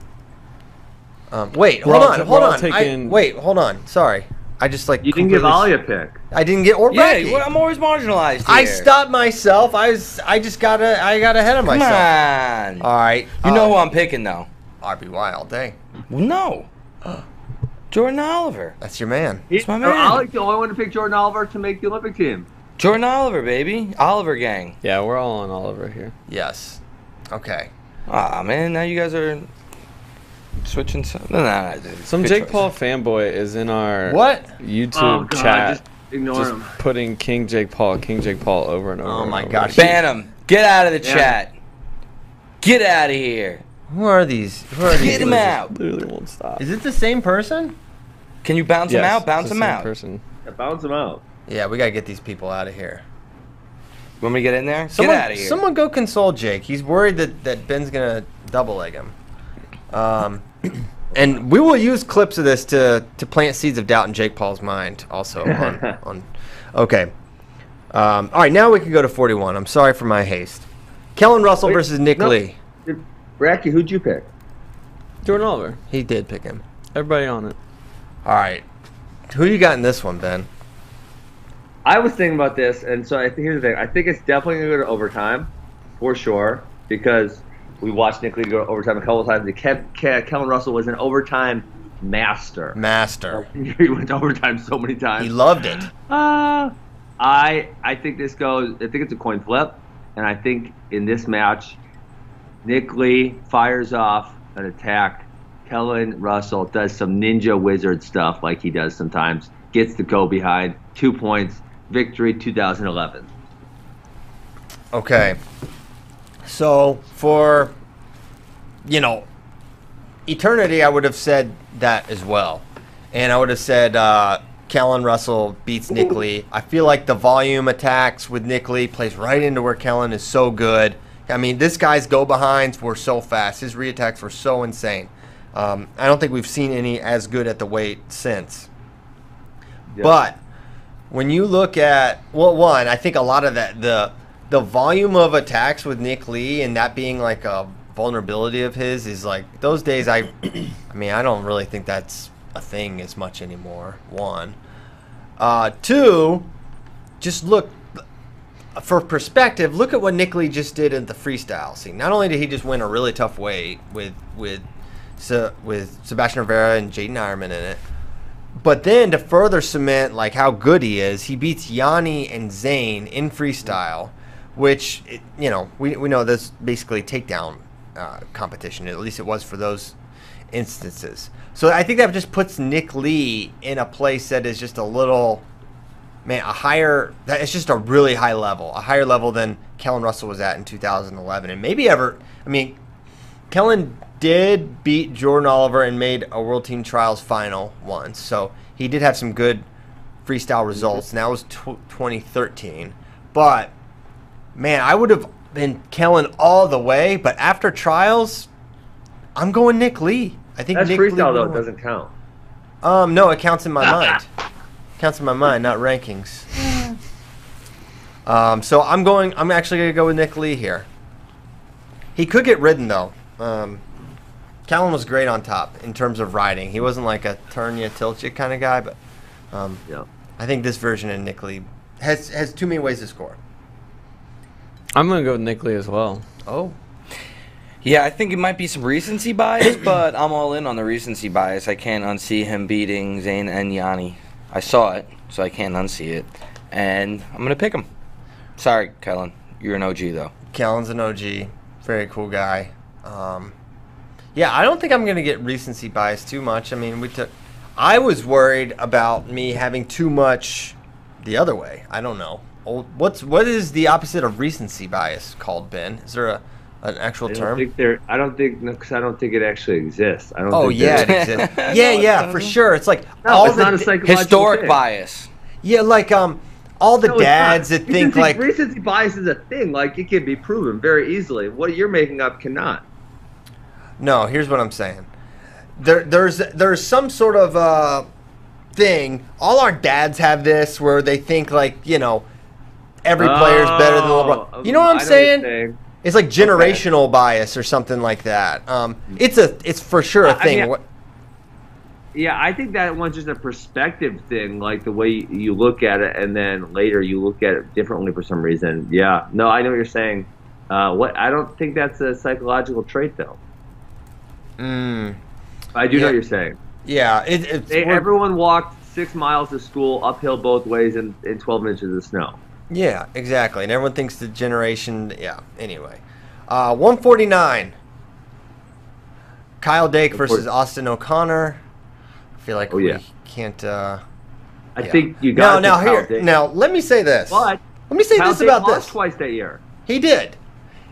Um, wait,
We're
hold
all
on,
ta-
hold
we're all
on. I,
taking-
wait, hold on. Sorry, I just like
You didn't give Ollie
completely-
a pick.
I didn't get or
Yeah,
Becky.
well, I'm always marginalized. Here.
I stopped myself. I was. I just got. A, I got ahead of
Come on.
myself. All right.
you know who
uh,
I'm picking though.
RB Wild. Hey,
Well, no. Jordan Oliver.
that's your man.
He's
my man.
Ollie's the only one to pick Jordan Oliver to make the Olympic team.
Jordan Oliver, baby. Oliver gang.
Yeah, we're all on Oliver here.
Yes. Okay.
Ah man, now you guys are switching some. No, no, no, it's
Some
good
Jake
choice.
Paul fanboy is in our
What?
YouTube
Oh, God,
chat.
just ignore
just
him.
putting King Jake Paul, King Jake Paul over and over.
Oh
and
my
over.
gosh.
Ban him. Get out of the
Yeah.
chat. Get out of here.
Who are these? Who are these?
Get him
losers?
out.
Literally won't stop.
Is it the same person?
Can you bounce him
Yes,
out? Bounce
it's the
him
same
out.
Person.
Yeah, bounce him out.
Yeah, we gotta get these people out of here.
You want me to get in there?
Someone,
get out of here.
someone go console Jake. He's worried that, that Ben's gonna double leg him. Um, and we will use clips of this to, to plant seeds of doubt in Jake Paul's mind. Also on, on okay. Um, all right, now we can go to forty one. I'm sorry for my haste. Kellen Russell versus Nick
no.
Lee.
Bracky, who'd you pick?
Jordan Oliver.
He did pick him.
Everybody on it.
All right, who you got in this one, Ben?
I was thinking about this, and so I think here's the thing. I think it's definitely going to go to overtime, for sure, because we watched Nick Lee go to overtime a couple of times. He kept, Ke- Kellen Russell was an overtime master.
Master.
he went to overtime so many times.
He loved it.
Uh, I I think this goes. I think it's a coin flip, and I think in this match, Nick Lee fires off an attack. Kellen Russell does some ninja wizard stuff like he does sometimes. Gets the go behind two points, victory 2011.
Okay. So for you know eternity, I would have said that as well, and I would have said uh, Kellen Russell beats Nick Lee. I feel like the volume attacks with Nick Lee plays right into where Kellen is so good. I mean, this guy's go behinds were so fast. His reattacks were so insane. Um, I don't think we've seen any as good at the weight since. But when you look at well, one, I think a lot of that the the volume of attacks with Nick Lee and that being like a vulnerability of his is like those days. I, I mean, I don't really think that's a thing as much anymore. One, uh, two, just look for perspective. Look at what Nick Lee just did at the freestyle scene. Not only did he just win a really tough weight with with Se- with Sebastian Rivera and Jaden Ironman in it. But then to further cement like how good he is, he beats Yanni and Zane in freestyle, which it- you know we we know that's basically takedown uh, competition. At least it was for those instances. So I think that just puts Nick Lee in a place that is just a little man a higher that it's just a really high level, a higher level than Kellen Russell was at in 2011, and maybe ever. I mean, Kellen did beat Jordan Oliver and made a World Team Trials final once, so he did have some good freestyle results, and that was tw 2013. But man, I would have been Kellen all the way, but after trials, I'm going Nick Lee. I think
That's
Nick Lee
freestyle though;
won.
it doesn't count.
Um, no, it counts in my mind. Counts in my mind, not rankings. Um, so I'm going. I'm actually going to go with Nick Lee here. He could get ridden though. Um, Callan was great on top in terms of riding. He wasn't like a turn you tilt you kind of guy, but um,
Yeah.
I think this version of Nick Lee has has too many ways to score.
I'm gonna go with Nick Lee as well.
Oh,
Yeah, I think it might be some recency bias, but I'm all in on the recency bias. I can't unsee him beating Zayn and Yanni. I saw it, so I can't unsee it. And I'm going to pick him. Sorry, Kellen. You're an OG, though.
Callan's an OG, very cool guy. Um, yeah, I don't think I'm gonna get recency bias too much. I mean, we took. I was worried about me having too much the other way. I don't know. Old, what's what is the opposite of recency bias called, Ben? Is there a an actual
I don't
term?
think there. I don't think because I don't think it actually exists. I don't.
Oh
think
yeah, it
there-
exists. yeah, yeah, for sure. It's like
No,
all
it's
the
not a
da-
psychological
Historic
thing.
bias.
yeah, like um, all the
No, it's
dads
not.
that
You
think
can
like
recency bias is a thing. Like it can be proven very easily. What you're making up cannot.
No, here's what I'm saying. There, there's there's some sort of uh, thing. All our dads have this where they think like you know every player's better than
Oh,
LeBron. You know
I
what I'm
you're
saying? It's like generational bias or something like that. Um, it's a it's for sure a
I- I
thing.
mean,
What-
Yeah, I think that one's just a perspective thing, like the way you look at it, and then later you look at it differently for some reason. Yeah, no, I know what you're saying. Uh, what I don't think that's a psychological trait, though. I do know
Hmm. Yeah.
what you're saying.
yeah, it, it's
They,
we're-
everyone walked six miles to school uphill both ways in, in 12 inches of snow.
yeah, exactly. And everyone thinks the generation. Yeah. Anyway, uh, 149. Kyle Dake versus Austin O'Connor. I feel like
Oh,
we
yeah.
can't. Uh,
I
Yeah.
think you
No,
got
now here, now let me say this.
But
let me say
Kyle
this
Dake
about
lost
this.
twice that year.
He did.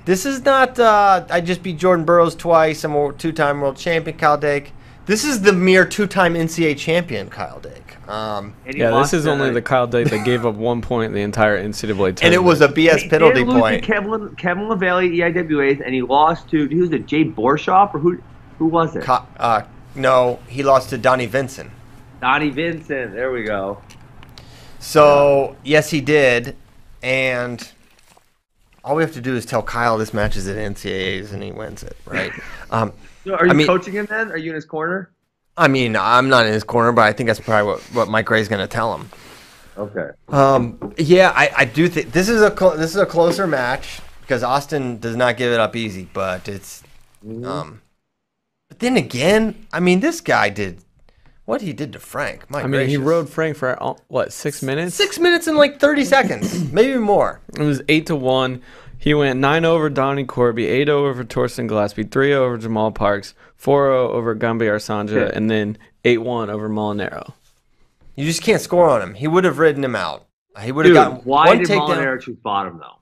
This is not. Uh, I just beat Jordan Burroughs twice. I'm a two-time world champion, Kyle Dake. This is the mere two-time NCAA champion, Kyle Dake. Um,
And he
Yeah,
lost
this is
that
only
night.
the Kyle Dake that gave up one point the entire NCAA tournament.
and it was a BS
He
penalty
did lose
point.
To Kevin, Kevin LaValley, E EIWAs, and he lost to who was it? Jay Borshoff or who? Who was it?
Ki- uh, no, he lost to Donnie Vinson.
Donnie Vincent. There we go.
So yes, he did. And all we have to do is tell Kyle this match is at NCAA's, and he wins it, right? um,
So are you
I mean-
coaching him then? Are you in his corner?
I mean, I'm not in his corner, but I think that's probably what, what Mike Gray's going to tell him.
Okay.
Um, yeah, I, I do think this is a cl- this is a closer match because Austin does not give it up easy, but it's
Mm-hmm.
um, but then again, I mean, this guy did what he did to Frank. My
I mean, he
gracious.
rode Frank for uh, what six minutes?
six minutes and like thirty seconds, maybe more.
It was eight to one. He went nine over Donnie Corby, eight over Torsten Gillespie, three over Jamal Parks, four over Gumby Arsanja, and then eight one over Molinaro.
You just can't score on him. He would have ridden him out. He would
Dude,
have gotten
why
one
did
takedown.
Molinaro choose bottom though?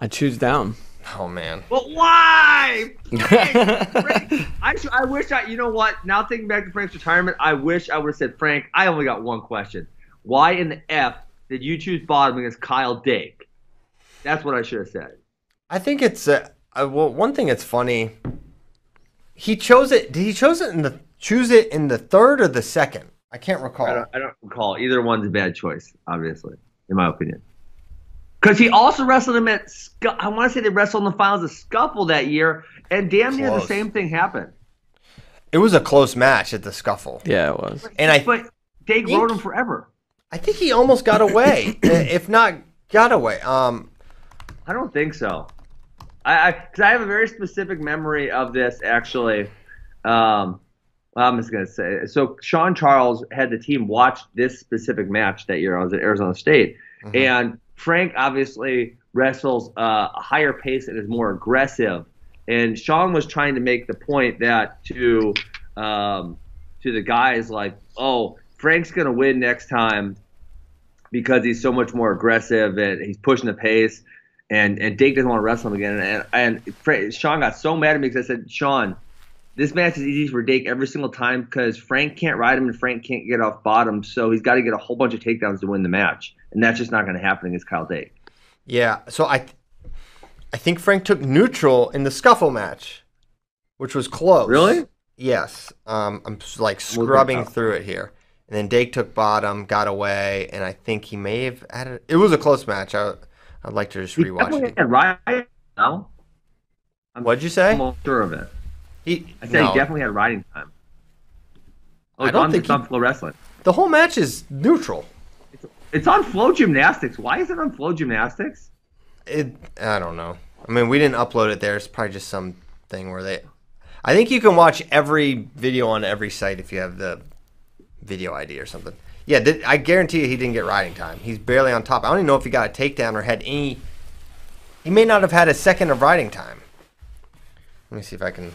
I choose down.
Oh man.
But why? Frank, Frank, I, should, I wish I, you know what? Now thinking back to Frank's retirement, I wish I would have said, Frank, I only got one question. Why in the F did you choose bottom against Kyle Dake? That's what I should have said.
I think it's uh, uh, well, one thing that's funny. He chose it. Did he chose it in the choose it in the third or the second? I can't recall.
I don't, I don't recall. Either one's a bad choice, obviously, in my opinion. Because he also wrestled him at, Scu- I want to say they wrestled in the finals of Scuffle that year, and damn near the
Close.
same thing happened.
It was a close match at the scuffle,
Yeah, it was.
and I
But Dake
Think-
rode him forever.
I think he almost got away, i- if not got away. Um,
I don't think so. I because I, have a very specific memory of this actually. Um, I'm just gonna say it. so. Sean Charles had the team watch this specific match that year. I was at Arizona State, and Frank obviously wrestles uh, a higher pace and is more aggressive. And Sean was trying to make the point that to um, to the guys like, oh, Frank's gonna win next time because he's so much more aggressive and he's pushing the pace. And and Dake doesn't want to wrestle him again. And and Fra- Sean got so mad at me because I said, Sean, this match is easy for Dake every single time because Frank can't ride him and Frank can't get off bottom, so he's got to get a whole bunch of takedowns to win the match, and that's just not going to happen against Kyle Dake.
yeah. So I, I think Frank took neutral in the scuffle match, which was close.
Really?
Yes. Um, I'm s- like scrubbing through it here, and then Dake took bottom, got away, and I think he may have added. It was a close match. I, I'd like to just
He
rewatch
definitely
it.
had riding. No,
What'd you say?
I'm almost sure of it.
He,
I said
no.
he definitely had riding time. Oh,
I
it's
don't
on,
think
it's
he-
on flow wrestling.
the whole match is neutral.
It's on flow gymnastics. Why is it on flow gymnastics?
It. I don't know. I mean, we didn't upload it there. It's probably just some thing where they. I think you can watch every video on every site if you have the video ID or something. Yeah, th- I guarantee you he didn't get riding time. He's barely on top. I don't even know if he got a takedown or had any. He may not have had a second of riding time. Let me see if I can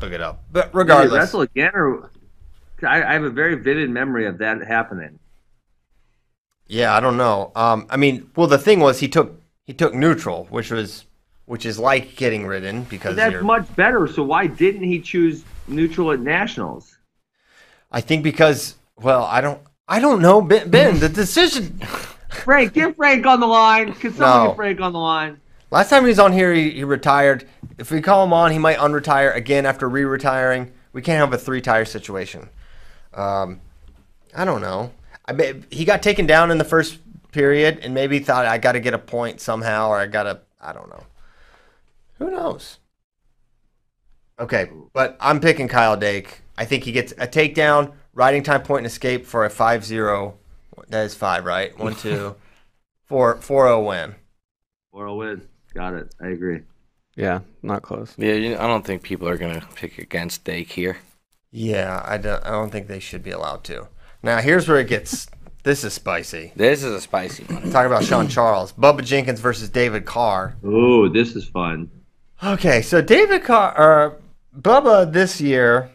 look it up. But
Did he
regardless,
wrestle again, or I, I have a very vivid memory of that happening.
Yeah, I don't know. Um, I mean, well, the thing was he took he took neutral, which was which is like getting ridden because
But that's
you're-
much better. So why didn't he choose neutral at nationals?
I think because well, I don't I don't know Ben, ben the decision
Frank, get Frank on the line. Can someone
No.
get Frank on the line?
last time he was on here he, he retired. If we call him on, he might unretire again after re-retiring. We can't have a three-tire situation. Um, I don't know. I may, he got taken down in the first period and maybe thought I got to get a point somehow or I got to I don't know. Who knows? Okay, but I'm picking Kyle Dake. I think he gets a takedown, riding time point and escape for a 5-0. That is 5, right? 1 2 4 4-0 win.
Or a win. Got it. I agree.
Yeah, not close.
Yeah, you I don't think people are gonna pick against Dake here.
Yeah, I don't, I don't think they should be allowed to. Now, here's where it gets this is spicy.
This is a spicy one.
Talking about Sean Charles, Bubba Jenkins versus David Carr.
Oh, this is fun.
Okay, so David Carr, or Bubba this year,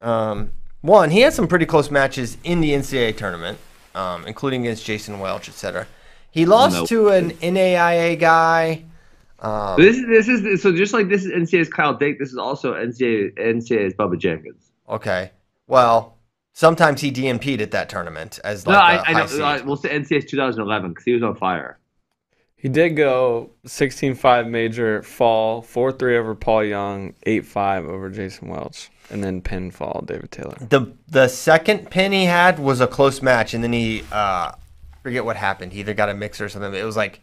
um, one, he had some pretty close matches in the NCAA tournament, um, including against Jason Welch, etc. He lost
Nope.
to an NAIA guy. Um,
This is this is so just like this is NCAA's Kyle Dake. This is also NCAA, NCAA's Bubba Jenkins.
okay, well, sometimes he DNP'd at that tournament as
No,
like a
I, I
high
know. Uh,
seed.
we'll say NCAA's 2011 because he was on fire.
He did go 16-5 major fall, 4-3 over Paul Young, 8-5 over Jason Welch, and then pinfall David Taylor.
the the second pin he had was a close match, and then he uh, forget what happened. He either got a mix or something. but It was like,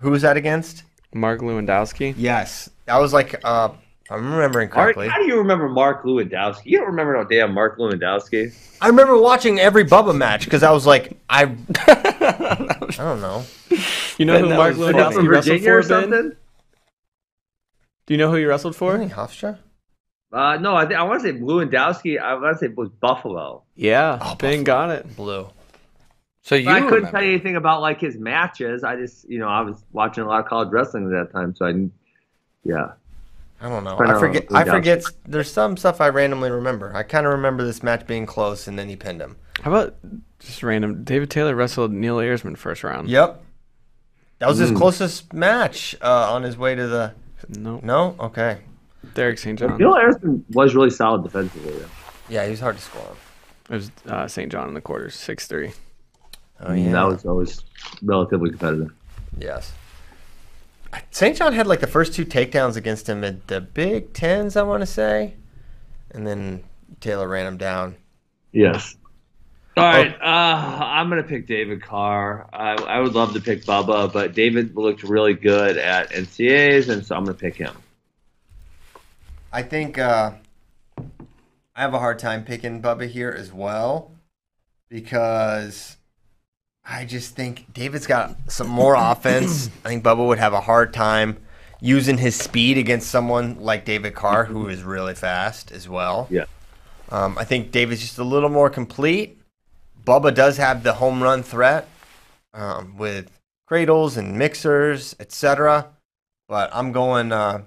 who was that against?
Mark Lewandowski.
Yes, I was like, uh, I'm remembering
All right,
correctly.
how do you remember Mark Lewandowski? You don't remember no damn Mark Lewandowski.
I remember watching every Bubba match because I was like, I, I don't know.
You know who
that
Mark
was funny.
Lewandowski
From
wrestled
Virginia
for,
or
Ben?
something?
Do you know who he wrestled for?
Ernie Hofstra?
Uh, no, I, th- I want to say Lewandowski. I want to say it was Buffalo.
Yeah, Ben got it.
Blue.
So you
But I couldn't
remember.
tell you anything about like his matches. I just, you know, I was watching a lot of college wrestling at that time, so I, didn't- yeah.
I don't know.
Or
I
no,
forget.
Lou
I
Dowd.
forget. There's some stuff I randomly remember. I kind of remember this match being close, and then he pinned him.
How about just random? David Taylor wrestled Neil Earsman first round.
Yep. Mm. That was his closest match uh, on his way to the.
No,
No? Okay.
Derek St.
Um,
John.
Gil Ariston was really solid defensively. Though.
Yeah, he was hard to score on.
It was uh, St. John in the quarters, six three.
Oh,
And
yeah.
That was always relatively competitive.
Yes. St. John had like the first two takedowns against him at the Big Tens, I want to say. And then Taylor ran him down.
Yes. All right, uh, I'm gonna pick David Carr. I, I would love to pick Bubba, but David looked really good at NCAs, and so I'm gonna pick him.
I think uh, I have a hard time picking Bubba here as well because I just think David's got some more offense. I think Bubba would have a hard time using his speed against someone like David Carr, who is really fast as well.
Yeah.
Um, I think David's just a little more complete. Bubba does have the home run threat um, with cradles and mixers, etc. But I'm going uh,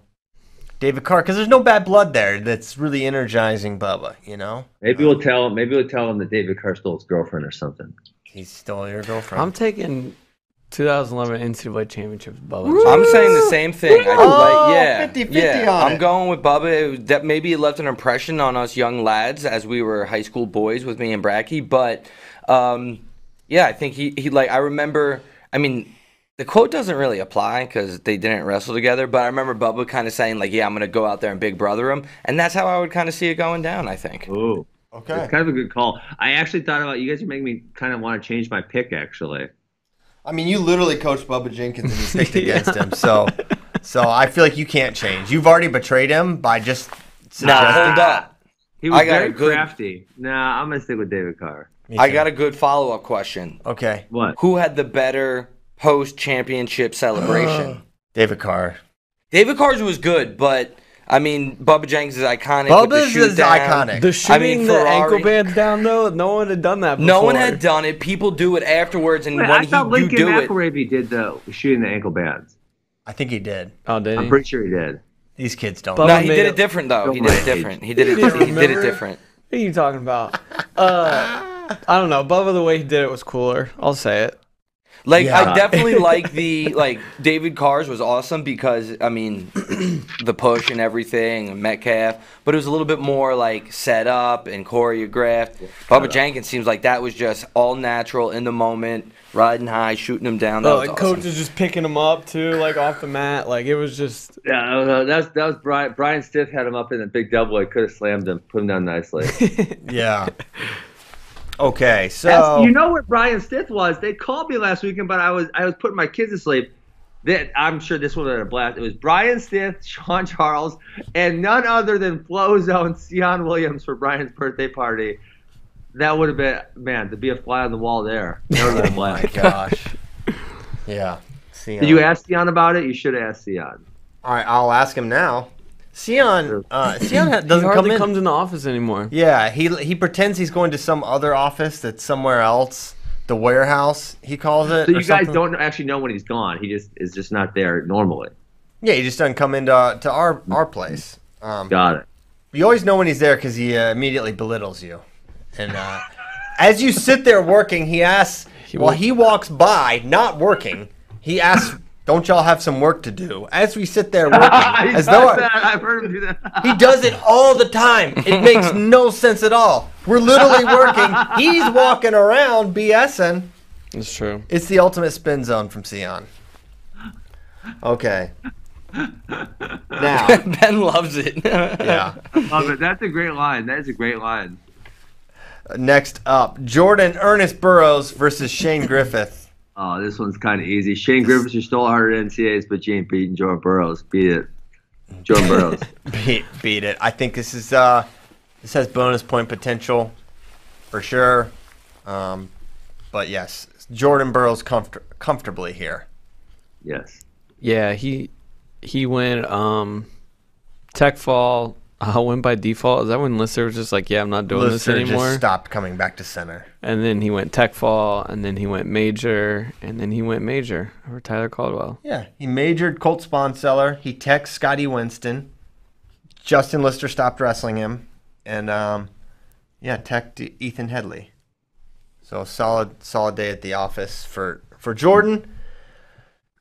David Carr because there's no bad blood there that's really energizing Bubba. You know,
Maybe we'll tell. Maybe we'll tell him that David Carr stole his girlfriend or something.
he's still your girlfriend.
I'm taking 2011 NCAA championships, Bubba.
I'm saying the same thing. I
Oh,
like, yeah,
50-50
yeah.
on
I'm
it.
going with Bubba. It was- That maybe it left an impression on us young lads as we were high school boys with me and Bracky. But um, yeah, I think he, he like I remember. I mean, the quote doesn't really apply because they didn't wrestle together. But I remember Bubba kind of saying like, "Yeah, I'm gonna go out there and big brother him," and that's how I would kind of see it going down. I think.
Oh,
okay.
it's kind of a good call. I actually thought about you guys are making me kind of want to change my pick. Actually,
I mean, you literally coached Bubba Jenkins and you picked against him, so so I feel like you can't change. You've already betrayed him by just
Now
suggesting-
hold up.
he was
I got
very
a good-
crafty. Nah, I'm gonna stick with David Carr.
I got a good follow up question.
Okay,
What?
Who had the better post championship celebration?
David Carr.
David Carson was good, but I mean, Bubba Jenkins is iconic. with the
Bubba's
shoot
is
down.
iconic.
The
I
shooting
mean,
the ankle
Ferrari-
bands down though, no one had done that. Before.
No one had done it. People do it afterwards, and
Wait,
when
I thought
he, you
Lincoln
do it,
McElravy did the shooting the ankle bands.
I think he did.
Oh, did
I'm
he?
pretty sure he did.
These kids don't.
Bubba-
no, he
made
did
it-
it different though. He
Oh
did
my
it different. He did it. different. He did it different.
What are you talking about? Uh, I don't know. Bubba, the way he did it was cooler. I'll say it.
Like
Yeah.
I definitely like the like David Carr's was awesome because I mean the push and everything and Metcalf, but it was a little bit more like set up and choreographed. Bubba Jenkins seems like that was just all natural in the moment, riding high, shooting him down. That
Oh,
was
and
awesome.
coach is just picking him up too, like off the mat. Like it was just
Yeah, uh, that was, that was Brian. Brian Stiff had him up in a big double. I could have slammed him, put him down nicely.
yeah. Okay, so
That's- you know where Brian Stiff was? They called me last weekend, but I was I was putting my kids to sleep. That I'm sure this would have been a blast. It was Brian Stiff, Sean Charles, and none other than Flo's own Sion Williams for Brian's birthday party. That would have been man to be a fly on the wall there. That would have
Oh
been a blast.
gosh. Yeah. Sion.
Did you ask Sion about it? You should have asked Sion.
All right, I'll ask him now. Sion, uh, Sion ha-
he
doesn't
hardly
come in.
comes in the office anymore.
yeah, he he pretends he's going to some other office that's somewhere else, the warehouse he calls it.
So
or
you guys
something.
don't actually know when he's gone. He just is just not there normally.
Yeah, he just doesn't come into uh, to our our place. Um,
Got it.
you always know when he's there because he uh, immediately belittles you, and uh, as you sit there working, he asks. while
will-
he walks by, not working, he asks, "Don't y'all have some work to do?" As we sit there working,
He does
as though
that. I've heard him do that.
he does it all the time. It makes no sense at all. We're literally working. He's walking around BSing.
That's true.
It's the ultimate spin zone from Sion. Okay. Now,
Ben loves it.
yeah.
Love it. That's a great line. That is a great line.
Next up, Jordan Ernest Burroughs versus Shane Griffith.
Oh, this one's kind of easy. Shane Griffiths, you stole harder than NCAs, but you ain't beating Jordan Burroughs. Beat it. Jordan Burroughs.
Beat, beat it. I think this is uh, this has bonus point potential for sure. Um, but yes, Jordan Burroughs comfort- comfortably here.
Yes.
Yeah, he he went um tech fall. Uh, went by default. Is that when Lister was just like, "Yeah, I'm not doing
Lister
this anymore."
just stopped coming back to center.
And then he went tech fall, and then he went major, and then he went major over Tyler Caldwell.
Yeah, he majored Colt Sponseller. He texts Scotty Winston. Justin Lister stopped wrestling him, and um, yeah, teched Ethan Headley. So solid, solid day at the office for for Jordan.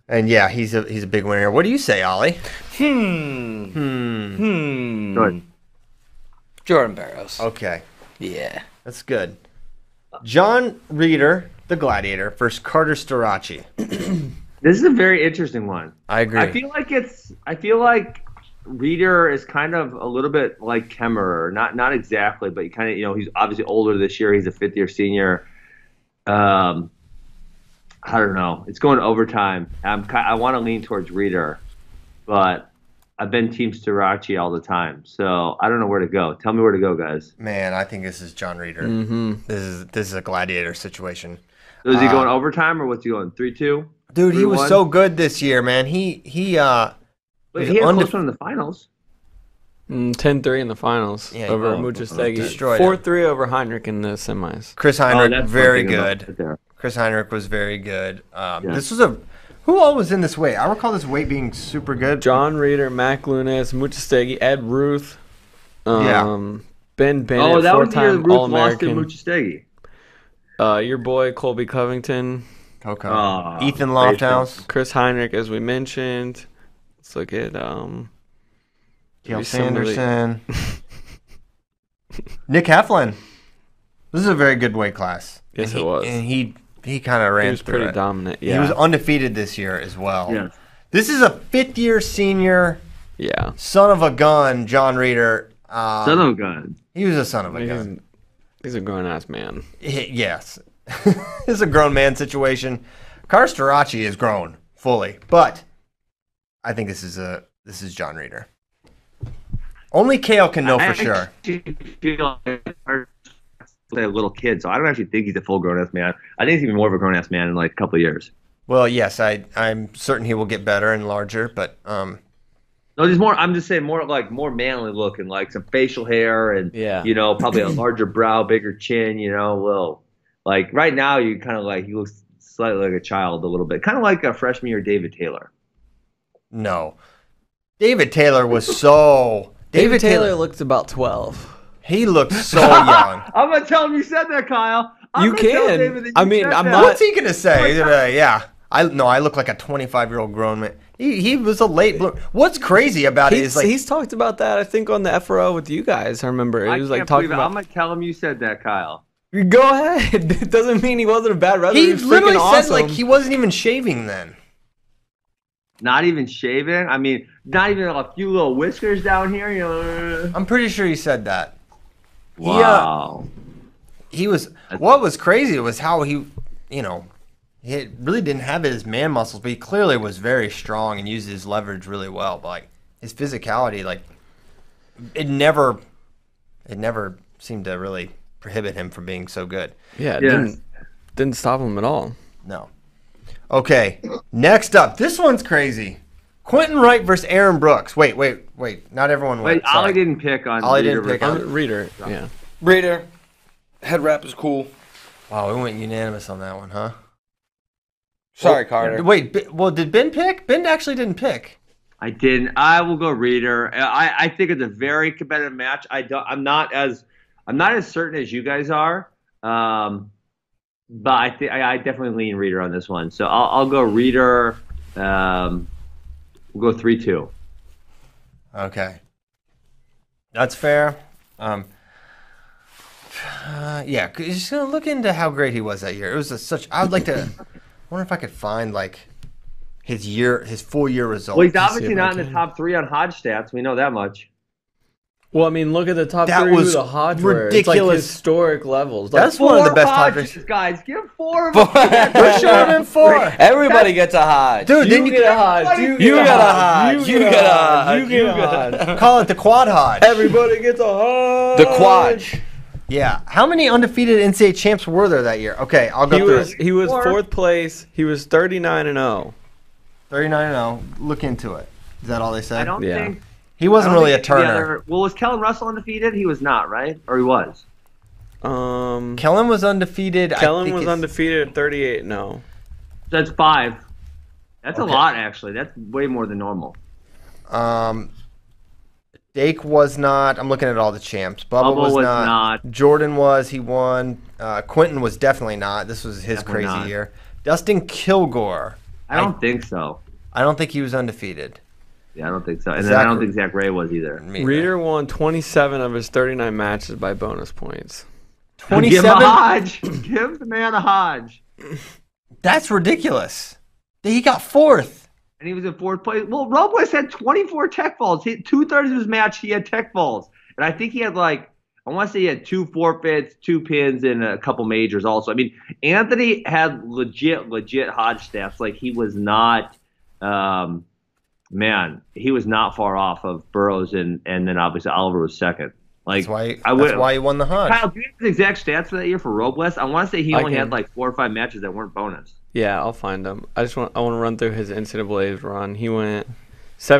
And yeah, he's a he's a big winner. here. What do you say, Ollie?
Good.
Jordan Barrows.
Okay,
Yeah.
that's good. John Reeder, the Gladiator, versus Carter Storaci.
This is a very interesting one.
I agree.
I feel like it's. I feel like Reader is kind of a little bit like Kemmerer. Not not exactly, but you kind of you know he's obviously older this year. He's a fifth year senior. Um, I don't know. It's going to overtime. I'm. ki- I want to lean towards Reader, but I've been Team Starachi all the time, so I don't know where to go. Tell me where to go, guys.
Man, I think this is John Reeder.
Mm-hmm.
This is this is a Gladiator situation.
So is he going overtime or what's he going three two?
Dude, he was
3-1?
so good this year, man. He he uh
But
he's
he had a
undef-
close one in the finals.
Mm, 10-3 in the finals
Yeah,
over
oh,
Mujastegi.
destroyed him.
4-3 over Heinrich in the semis.
Chris
Oh,
Heinrich
that's
very
something about
good.
it there.
Chris Heinrich was very good. Um,
Yeah.
This was a who all was in this weight? I recall this weight being super good.
John Reeder, Mac Lunas, Mujastegi, Ed Ruth. Um, Ben Bennett,
Oh, that was the year
four-time
Ruth lost to
All-American.
Muchastegui.
uh, your boy, Colby Covington. Uh,
Okay.
Ah,
Oh,
Ethan
great
Lofthouse.
Chris Heinrich, as we mentioned. Let's look at um,
Gail
Maybe somebody-
Sanderson. Nick Heflin. This is a very good weight class.
Yes,
And
it
he-
was.
And he he kind of ran
he was
through
pretty
it.
dominant.
He
Yeah,
was undefeated this year as well.
Yeah.
This is a fifth year senior,
yeah.
son of a gun, John Reeder. Uh,
Son of a gun.
he was a son of a
He's,
gun.
he's a grown ass man.
He- yes. this is a grown man situation. Karstarachi is grown fully, but I think this is a this is John Reeder. Only Kale can know for
I
sure.
actually feel like a little kid, so I don't actually think he's a full grown ass man. I think he's even more of a grown ass man in like a couple of years.
Well, yes, I I'm certain he will get better and larger, but um,
No, he's more. I'm just saying more like more manly looking, like some facial hair and
Yeah.
you know probably a larger brow, bigger chin. You know, a little like right now you kind of like he looks slightly like a child a little bit, kind of like a freshman year David Taylor.
no. David Taylor was so David, Taylor,
looked about twelve.
he looked so young.
I'm gonna tell him you said that, Kyle. I'm
You
gonna tell
can.
David that
I
you
mean,
said
I'm
that.
not-
What's he gonna say? He's gonna be like, yeah, I no, I look like a 25 year old grown man. He, he was a late bloomer. What's crazy about it
He's,
is like
he's talked about that I think on the FRO with you guys. I remember
I
he was like
can't
talking
believe it. I'm
about.
gonna tell him you said that, Kyle.
Go ahead. It doesn't mean he wasn't a bad wrestler. He,
he
was
literally
freaking
said
awesome.
like he wasn't even shaving then.
not even shaven. I mean, not even a few little whiskers down here. You know.
I'm pretty sure he said that.
Wow.
He was what was crazy was how he, you know, he had- really didn't have his man muscles, but he clearly was very strong and used his leverage really well. But like his physicality, like it never, it never seemed to really prohibit him from being so good.
yeah, it
Yes.
didn't didn't stop him at all.
No. Okay. Next up, this one's crazy. Quentin Wright versus Aaron Brooks. Wait, wait, wait. Not everyone went.
Wait, Ollie
Sorry.
didn't pick on.
Ollie didn't
Reader
pick on-
versus-
Reader, yeah.
Reader. Head wrap is cool.
Wow, we went unanimous on that one, huh?
Sorry, Carter.
Wait, B- well, did Ben pick? Ben actually didn't pick.
I didn't. I will go Reader. I, I think it's a very competitive match. I don't. I'm not as I'm not as certain as you guys are. Um, but I think I I definitely lean Reader on this one. So I'll, I'll go Reader. Um, we'll go three two.
Okay. That's fair. Um, uh, yeah, 'cause just gonna look into how great he was that year. It was a, such. I would like to. I wonder if I could find like his year, his full year results.
Well, he's
if
obviously
I
not in the
can.
top three on Hodge stats. We know that much.
Well, I mean, look at the top
That
three. who
was
the Hodge were. It's like
ridiculous.
historic levels. Like,
That's one of the
Four
best
Hodges,
Hodges.
guys. Give him four of them.
We're showing him four.
Everybody gets a high.
Dude,
you
then you
get a Hodge. You,
you
get a
got a
Hodge.
Hodge. You got a Hodge.
You get a Hodge.
call it the quad hodge.
Everybody gets a Hodge.
The quadge.
Yeah. How many undefeated NCAA champs were there that year? Okay, I'll go
He
through
was
it.
he was
Four.
fourth place. He was thirty nine and oh. zero.
39 and 0. Look into it. Is that all they said?
I don't
Yeah.
think
he wasn't really a
think any
turner.
other- well, was Kellen Russell undefeated? He was not, right? Or he was.
Um,
Kellen was undefeated. I
Kellen
think
was
it's-
undefeated at thirty eight and zero.
That's five. That's
Okay.
a lot, actually. That's way more than normal.
Um, Dake was not. I'm looking at all the champs. Bubba,
Bubba
was,
was
not.
not.
Jordan was. He won. Uh, Quentin was definitely not. This was his
Definitely
crazy
not.
year. Dustin Kilgore
I don't think so.
I don't think he was undefeated.
Yeah, I don't think so. And then I don't
Zachary-
think Zach Ray was either.
Me either.
Reader won 27 of his 39 matches by bonus points.
Give him a
27?
Hodge. Give the man a Hodge.
That's ridiculous. He got fourth.
And he was in fourth place. Well, Robles had 24 tech falls. He, two thirds of his match, he had tech falls. And I think he had like, I want to say he had two forfeits, two pins, and a couple majors also. I mean, Anthony had legit, legit Hodge staffs. Like, he was not, um, man, he was not far off of Burroughs. And, and then obviously Oliver was second. Like,
That's why.
I
that's
would-
why he won the hunt.
Kyle, do you have the exact stats for that year for Robles? I want to say he
I
only
can.
had like four or five matches that weren't bonus.
Yeah, I'll find him. I just want I want to run through his NCAA's run. He went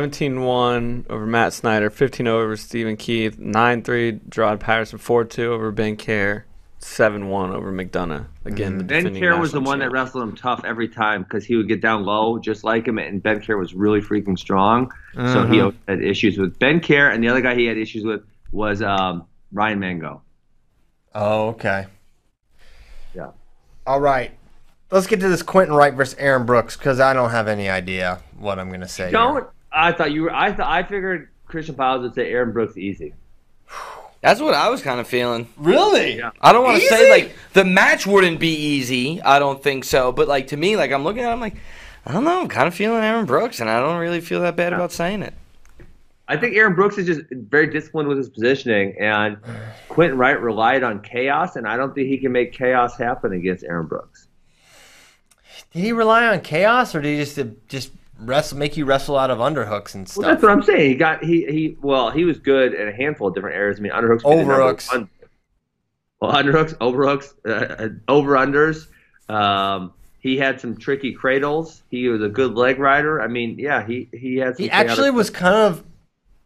17-1 over Matt Snyder, 15 over Stephen Keith, 9-3 Gerard Patterson, 4-2 over Ben Kerr, 7-1 over McDonough. Again, the
Mm-hmm. Ben
defending
Kerr was the
national
one that
champ.
wrestled him tough every time because he would get down low just like him, and Ben Kerr was really freaking strong. So he always had issues with Ben Kerr, and the other guy he had issues with was um, Ryan Mango.
Oh, okay.
Yeah.
All right. Let's get to this Quentin Wright versus Aaron Brooks because I don't have any idea what I'm gonna say. here.
Don't I thought you were? I thought I figured Christian Piles would say Aaron Brooks easy.
That's what I was kind of feeling.
really?
I don't want to
Easy?
say like the match wouldn't be easy. I don't think so. But like to me, like I'm looking at, it, I'm like, I don't know. I'm kind of feeling Aaron Brooks, and I don't really feel that bad about saying it.
I think Aaron Brooks is just very disciplined with his positioning, and Quentin Wright relied on chaos, and I don't think he can make chaos happen against Aaron Brooks.
Did he rely on chaos or did he just just wrestle make you wrestle out of underhooks and
Well,
stuff?
that's what I'm saying. He got he he. Well, he was good in a handful of different areas. I mean, underhooks. would be the number
Overhooks.
one- Well, underhooks, overhooks, uh, over unders. Um, he had some tricky cradles. He was a good leg rider. I mean, yeah, he he had. Some
he actually
chaotic-
was kind of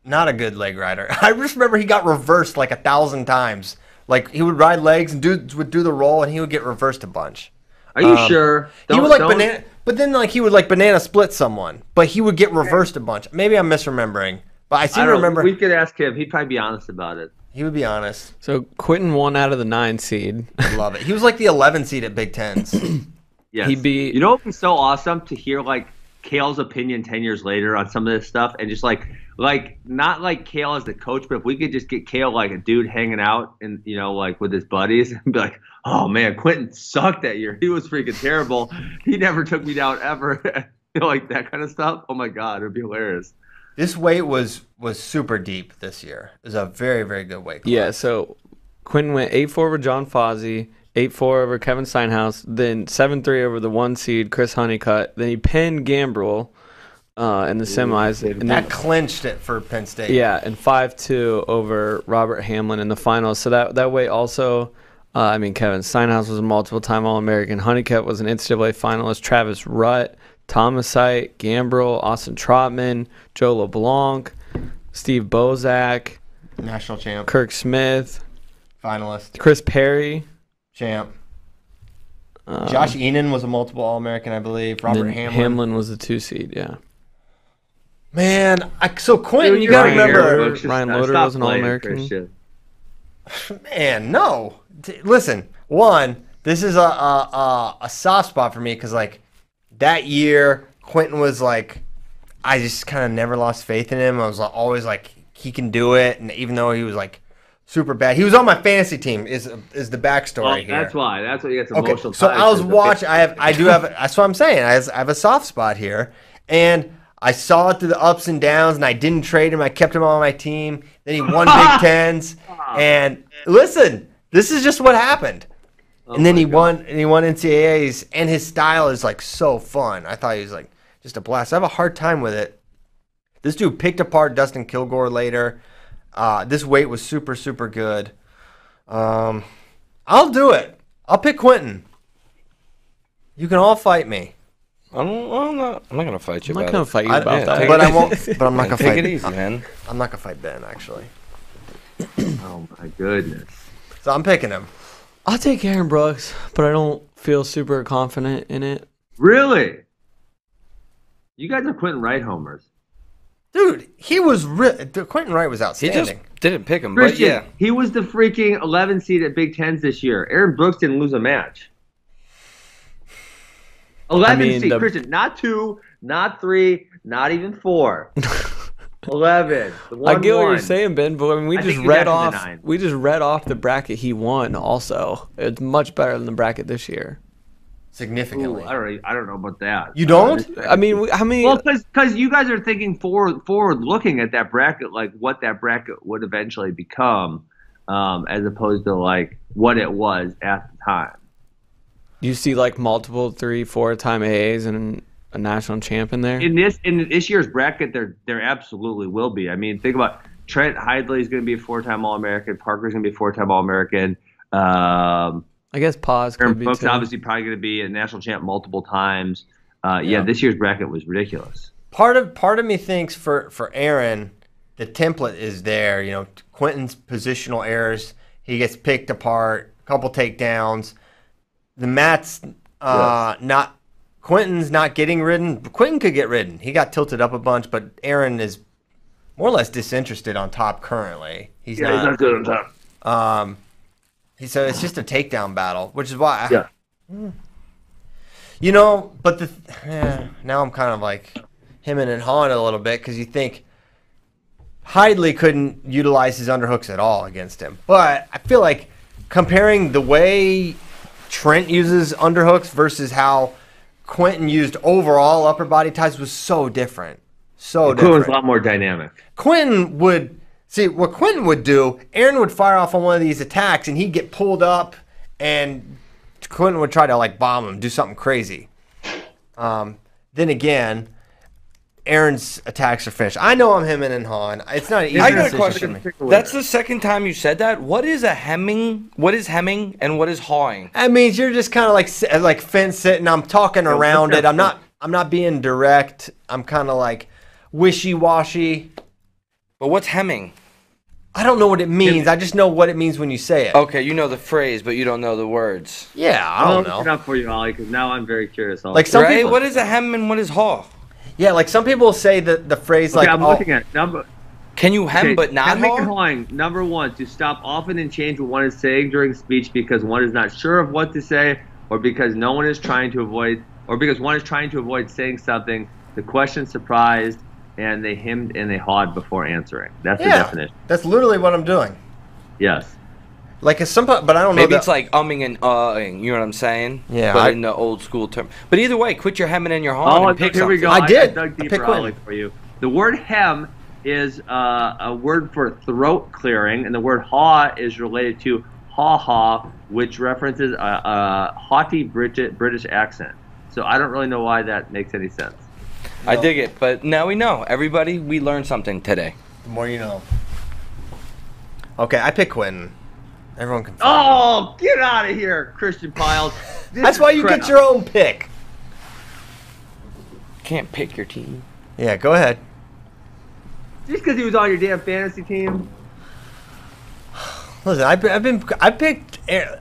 not a good leg rider. I just remember he got reversed like a thousand times. Like he would ride legs and dudes would do the roll and he would get reversed a bunch.
Are you sure?
um, he
Don't-
would like
don't-
banana, but then like he would like banana split someone, but he would get reversed a bunch. Maybe I'm misremembering, but I
I
seem to
don't-
remember
We could ask him. He'd probably be honest about it.
he would be honest.
So Quinton won out of the 9 seed.
Love it. He was like the 11 seed at Big Tens.
Yes.
He beat-
You know, it'd be so awesome to hear like Kale's opinion ten years later on some of this stuff, and just like like not like Kale as the coach, but if we could just get Kale like a dude hanging out and you know like with his buddies and be like, oh man, Quentin sucked that year. He was freaking terrible. He never took me down ever. You know, like that kind of stuff. Oh my god, it'd be hilarious.
this weight was was super deep this year. It was a very very good weight. class.
Yeah, so Quinn went 8 4 over John Fozzie, 8 4 over Kevin Steinhaus, then 7 3 over the one seed Chris Honeycutt. Then he pinned Gambrel uh, in the semis. And then,
That clinched it for Penn State.
yeah, and 5 2 over Robert Hamlin in the finals. So that, that way also. Uh, I mean, Kevin Steinhaus was a multiple-time All-American. Honeycutt was an NCAA finalist. Travis Rutt, Thomasite, Gambrel, Austin Trotman, Joe LeBlanc, Steve Bozak,
National champ,
Kirk Smith,
finalist,
Chris Perry.
champ. Josh Enan was a multiple All American, I believe. Robert
Then
Hamlin.
was the two seed. Yeah.
Man, I, so Quentin,
Dude, you're
you gotta
right.
remember.
Loder- Ryan Loder
stop
was an
playing,
All-American.
Christian.
Man, no. T- listen, one, this is a a, a, a soft spot for me because like that year, Quentin was like, I just kind of never lost faith in him. I was always like, he can do it, and even though he was like super bad, he was on my fantasy team. Is is the backstory
Well,
here?
that's why. That's what you get some
Okay,
emotional.
so
ties
I was
to.
watching. I have, I do have. That's what I'm saying. I has- I have a soft spot here, and I saw it through the ups and downs, and I didn't trade him. I kept him on my team. Then he won Big Tens, and listen, this is just what happened. and then he won. And he won NCAA's, and his style is like so fun. I thought he was like just a blast. I have a hard time with it. This dude picked apart Dustin Kilgore later. Uh, this weight was super super good. Um, I'll do it. I'll pick Quentin. You can all fight me,
I don't, I'm not. I'm not gonna fight you.
I'm not
about
gonna
it.
fight you
I-
about
yeah,
that.
take
but
it
I
easy.
won't. But I'm not gonna
Take
fight.
it easy, man.
I'm not gonna fight Ben actually.
Oh my goodness.
So I'm picking him.
I'll take Aaron Brooks, but I don't feel super confident in it.
Really? You guys are Quentin Wright homers.
Dude, he was re- Quentin Wright was
He just
outstanding.
didn't pick him, but
Christian,
yeah.
he was the freaking 11 seed at Big Tens this year. Aaron Brooks didn't lose a match. Eleven
mean,
seed,
the-
Christian. Not two, not three, not even four. Eleven. The one,
I get what
one.
you're saying, Ben, but I mean, we
I
just
think he's
read
actually the
off
nine.
we just read off the bracket he won. Also, it's much better than the bracket this year.
Ooh,
significantly.
I don't. know- I don't know about that.
You don't?
I mean, we- how many?
Well, because you guys are thinking forward forward looking at that bracket, like what that bracket would eventually become, um, as opposed to like what it was at the time.
you see, like multiple three, four time AAs and a national champ in there.
In this in this year's bracket, there there absolutely will be. I mean, think about Trent Heidley is going to be a four time All American. Parker's going to be a four time All American. Um,
I guess pause could
Aaron
be
Brooks
too.
obviously probably going to be a national champ multiple times. Uh, yeah, this year's bracket was ridiculous.
Part of part of me thinks for for Aaron, the template is there. You know, Quentin's positional errors. He gets picked apart. Couple takedowns. The Mats uh, not. Quentin's not getting ridden. Quentin could get ridden. He got tilted up a bunch, but Aaron is more or less disinterested on top currently. He's not.
good on top.
Um, he- so it's just a takedown battle, which is why. I,
Yeah.
You know, but the eh, now I'm kind of like him and Han a little bit because you think Heidley couldn't utilize his underhooks at all against him, but I feel like comparing the way Trent uses underhooks versus how Quentin used overall upper body ties was so different. So
Quinn
different.
was a lot more dynamic.
Quentin would see what Quentin would do. Aaron would fire off on one of these attacks, and he'd get pulled up, and Quentin would try to like bomb him, do something crazy. Um, then again, Aaron's attacks are finished. I know I'm hemming and hawing. It's not an easy
I got a
decision
question.
for me.
That's the second time you said that. What is a hemming? What is hemming and what is hawing?
That means you're just kind of like si- like fence sitting. I'm talking around it. I'm not. I'm not being direct. I'm kind of like wishy washy.
But what's hemming?
I don't know what it means. I just know what it means when you say it.
Okay, you know the phrase, but you don't know the words.
Yeah, I
I'll
don't
look
know.
it up for you, Ollie, because now I'm very curious. Also.
Like some
right?
people,
What is a hem and what is haw?
yeah, like some people say that the phrase
okay,
like,
I'm
oh,
looking at number.
Can you hem
okay,
but not
hemming and
haw?
hawing. Number one, to stop often and change what one is saying during speech because one is not sure of what to say, or because no one is trying to avoid, or because one is trying to avoid saying something. The question surprised, and they hemmed and they hawed before answering. That's the
yeah,
definition.
that's literally what I'm doing.
Yes.
Like it's some, but I don't know.
Maybe
that-
it's like umming and ahhing. You know what I'm saying?
Yeah,
But
I-
in the old school term. But either way, quit your hemming and your hawing
Oh,
and pick
here we go.
something.
I did.
dug
I
deeper
picked one.
Ollie, for you. The word hem is uh, a word for throat clearing, and the word haw is related to haw haw, which references a, a haughty British, British accent. So I don't really know why that makes any sense.
I dig it. But now we know. Everybody, we learned something today.
the more you know. Okay, I pick Quentin. Everyone can.
Oh, get out of here, Christian Piles. This
that's
is
why you
crap.
get your own pick.
Can't pick your team.
Yeah, go ahead.
Just because he was on your damn fantasy team.
Listen, I've been, I've been I picked Aar-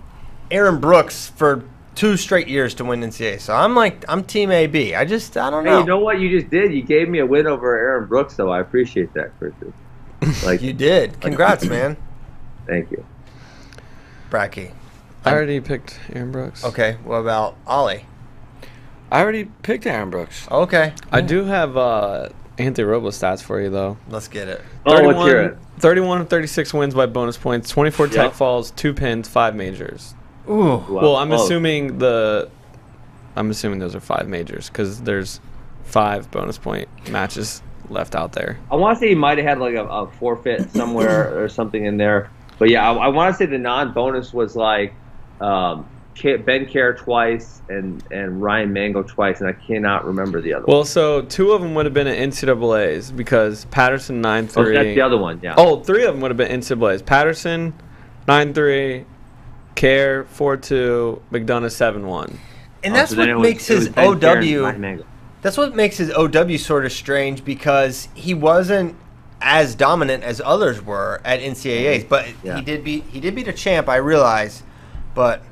Aaron Brooks for two straight years to win NCAA, so I'm like I'm team AB. I just I don't
Hey,
know.
you know what you just did? You gave me a win over Aaron Brooks, so I appreciate that, Christian. Like,
you did. Congrats, man.
thank you.
Bracky.
I already picked Aaron Brooks.
Okay, what about Ollie?
I already picked Aaron Brooks.
Okay,
I do have uh, Anthony Robles stats for you though.
let's get it.
Oh, let's hear it.
31 of 36 wins by bonus points, 24
Yeah.
tech falls, two pins, five majors.
Ooh.
Wow.
Well, I'm
Oh.
assuming the, I'm assuming those are five majors because there's five bonus point matches left out there.
I want to say he might have had like a, a forfeit somewhere or something in there. But yeah, I, I want to say the non-bonus was like um, Ca- Ben Care twice and and Ryan Mango twice, and I cannot remember the other.
Well, so two of them would have been at NCAA's because Patterson nine
one. Oh,
three.
that's the other one. Yeah.
Oh, three of them would have been NCAA's. Patterson nine three, Care four two, McDonough seven one.
And
Oh,
that's
so then
what
it was-
makes
it
his
was Ben Kerr and
OW.
Ryan Mango.
That's what makes his OW sort of strange because he wasn't as dominant as others were at NCAA's, but
Yeah.
he did beat he did beat a champ. I realize, but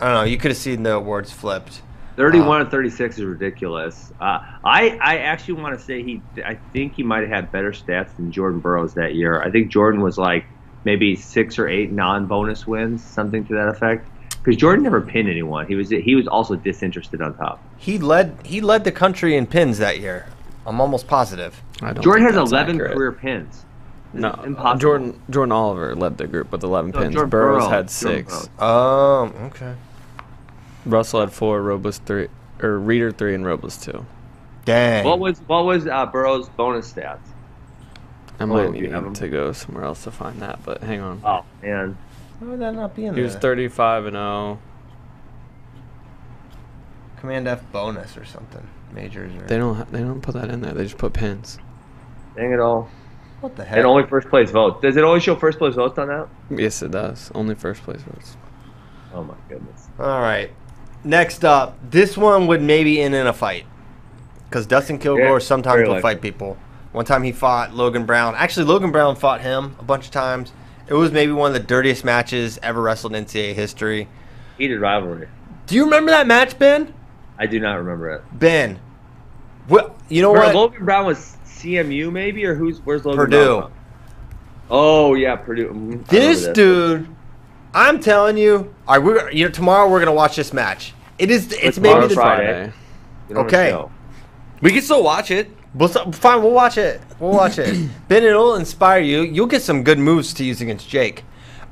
I don't know. You could have seen the awards flipped.
Uh,
31 and 36 is ridiculous. Uh, I, I actually want to say he, I think he might have had better stats than Jordan Burroughs that year. I think Jordan was like maybe six or eight non bonus wins, something to that effect. because Jordan never pinned anyone. He was he was also disinterested on top.
He led he led the country in pins that year. I'm almost positive.
I don't
Jordan
think
has
Oh, that's
11
accurate.
career pins. This
No,
is impossible.
Jordan Jordan Oliver led the group with 11
No,
pins.
Jordan
Burroughs
Burrow. Jordan
had six.
Burrow.
Um, okay.
Russell had four. Robles three, or Reader three, and Robles two.
Dang.
What was what was uh, Burrow's bonus stats?
I
you
might need
have 'em.
to go somewhere else to find that, but hang on.
Oh man,
Why would that not be in
He
there?
was 35 and oh. 0.
Command F bonus or something. Majors or
They don't ha- they don't put that in there. They just put pins.
dang it all!
what the heck?
And only first place votes. Does it only show first place votes on that?
Yes, it does. Only first place votes.
Oh my goodness.
All right. Next up, this one would maybe end in a fight. Because Dustin Kilgore
Yeah,
sometimes
very
will
likely.
fight people. One time he fought Logan Brown. Actually, Logan Brown fought him a bunch of times. It was maybe one of the dirtiest matches ever wrestled in NCAA history.
Heated rivalry.
Do you remember that match, Ben?
I do not remember it.
Ben. What, you know
Bro,
what?
Logan Brown was CMU maybe, or who's where's Logan
Purdue.
Brown from? Oh yeah, Purdue. Mhm, I remember
This
that.
dude, I'm telling you. All right, we're you know tomorrow we're gonna watch this match. It is. It's
Maybe
Tomorrow's
maybe
the-
the,
Friday.
You don't
okay.
know.
We can still watch it.
we'll, s- fine. We'll watch it. We'll watch it. ben, it'll inspire you. You'll get some good moves to use against Jake.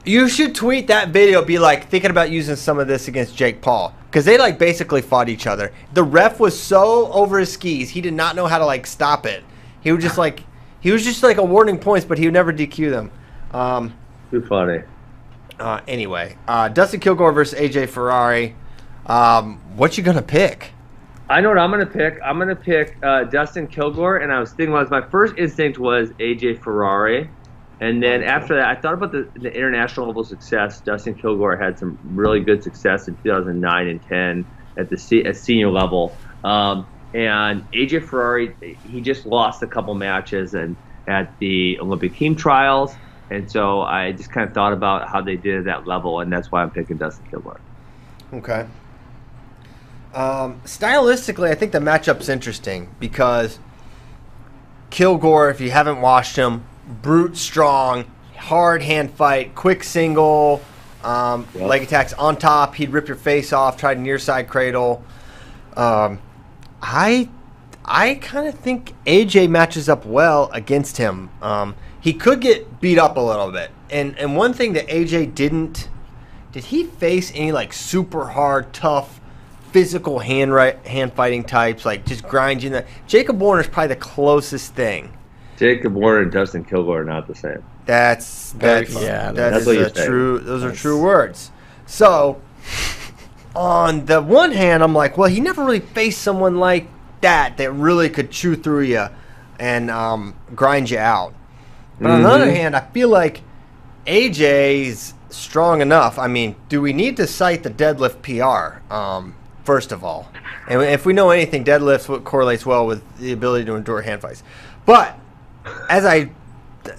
You should tweet that video. Be like thinking about using some of this against Jake Paul because they like basically fought each other. The ref was so over his skis. He did not know how to like stop it. He would just like he was just like awarding points, but he would never DQ them. Um,
Too funny.
Uh, anyway, uh, Dustin Kilgore versus AJ Ferrari. Um, what you gonna pick?
I know what I'm gonna pick. I'm gonna pick uh, Dustin Kilgore, and I was thinking was my first instinct was AJ Ferrari, and then after that I thought about the, the international level success. Dustin Kilgore had some really good success in 2009 and 10 at the se- at senior level, um, and AJ Ferrari he just lost a couple matches and at the Olympic team trials, and so I just kind of thought about how they did at that level, and that's why I'm picking Dustin Kilgore.
Okay. Um, stylistically, I think the matchup's interesting because Kilgore, if you haven't watched him, brute strong, hard hand fight, quick single, um, leg attacks on top. He'd rip your face off. Tried near side cradle. Um, I I kind of think AJ matches up well against him. Um, he could get beat up a little bit, and and one thing that AJ didn't did he face any like super hard, tough, physical hand right hand fighting types like just grind you in the Jacob Warner's probably the closest thing.
Jacob Warner and Dustin Kilgore are not the same.
That's that's
close. Yeah,
that
that's
is
what
a
you say.
true. Those are true words. So, on the one hand, I'm like, well, he never really faced someone like that that really could chew through you and um, grind you out. But on the
Mm-hmm.
other hand, I feel like AJ's strong enough. I mean, do we need to cite the deadlift PR um, first of all? And if we know anything, deadlifts what correlates well with the ability to endure hand fights. But as I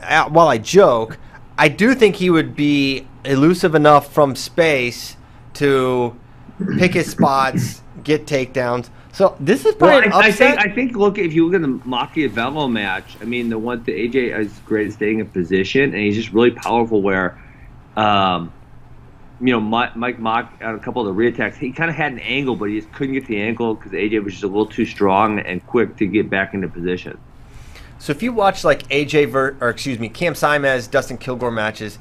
uh, while I joke, I do think he would be elusive enough from space to pick his spots, get takedowns. So this is
Well,
probably
I, I
an upset.
think I think look if you look at the Machiavello match, I mean the one that AJ is great at staying in position and he's just really powerful. Where, um, you know, Mi- Mike Mock on a couple of the reattacks, he kind of had an angle, but he just couldn't get the angle because AJ was just a little too strong and quick to get back into position.
So if you watch like AJ Ver- or excuse me, Cam Simez, Dustin Kilgore matches,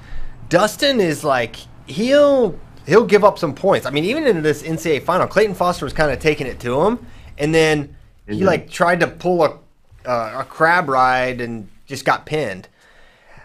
Dustin is like he'll he'll give up some points. I mean, even in this NCAA final, Clayton Foster was kind of taking it to him, and then he
Mm-hmm.
like tried to pull a uh, a crab ride and just got pinned.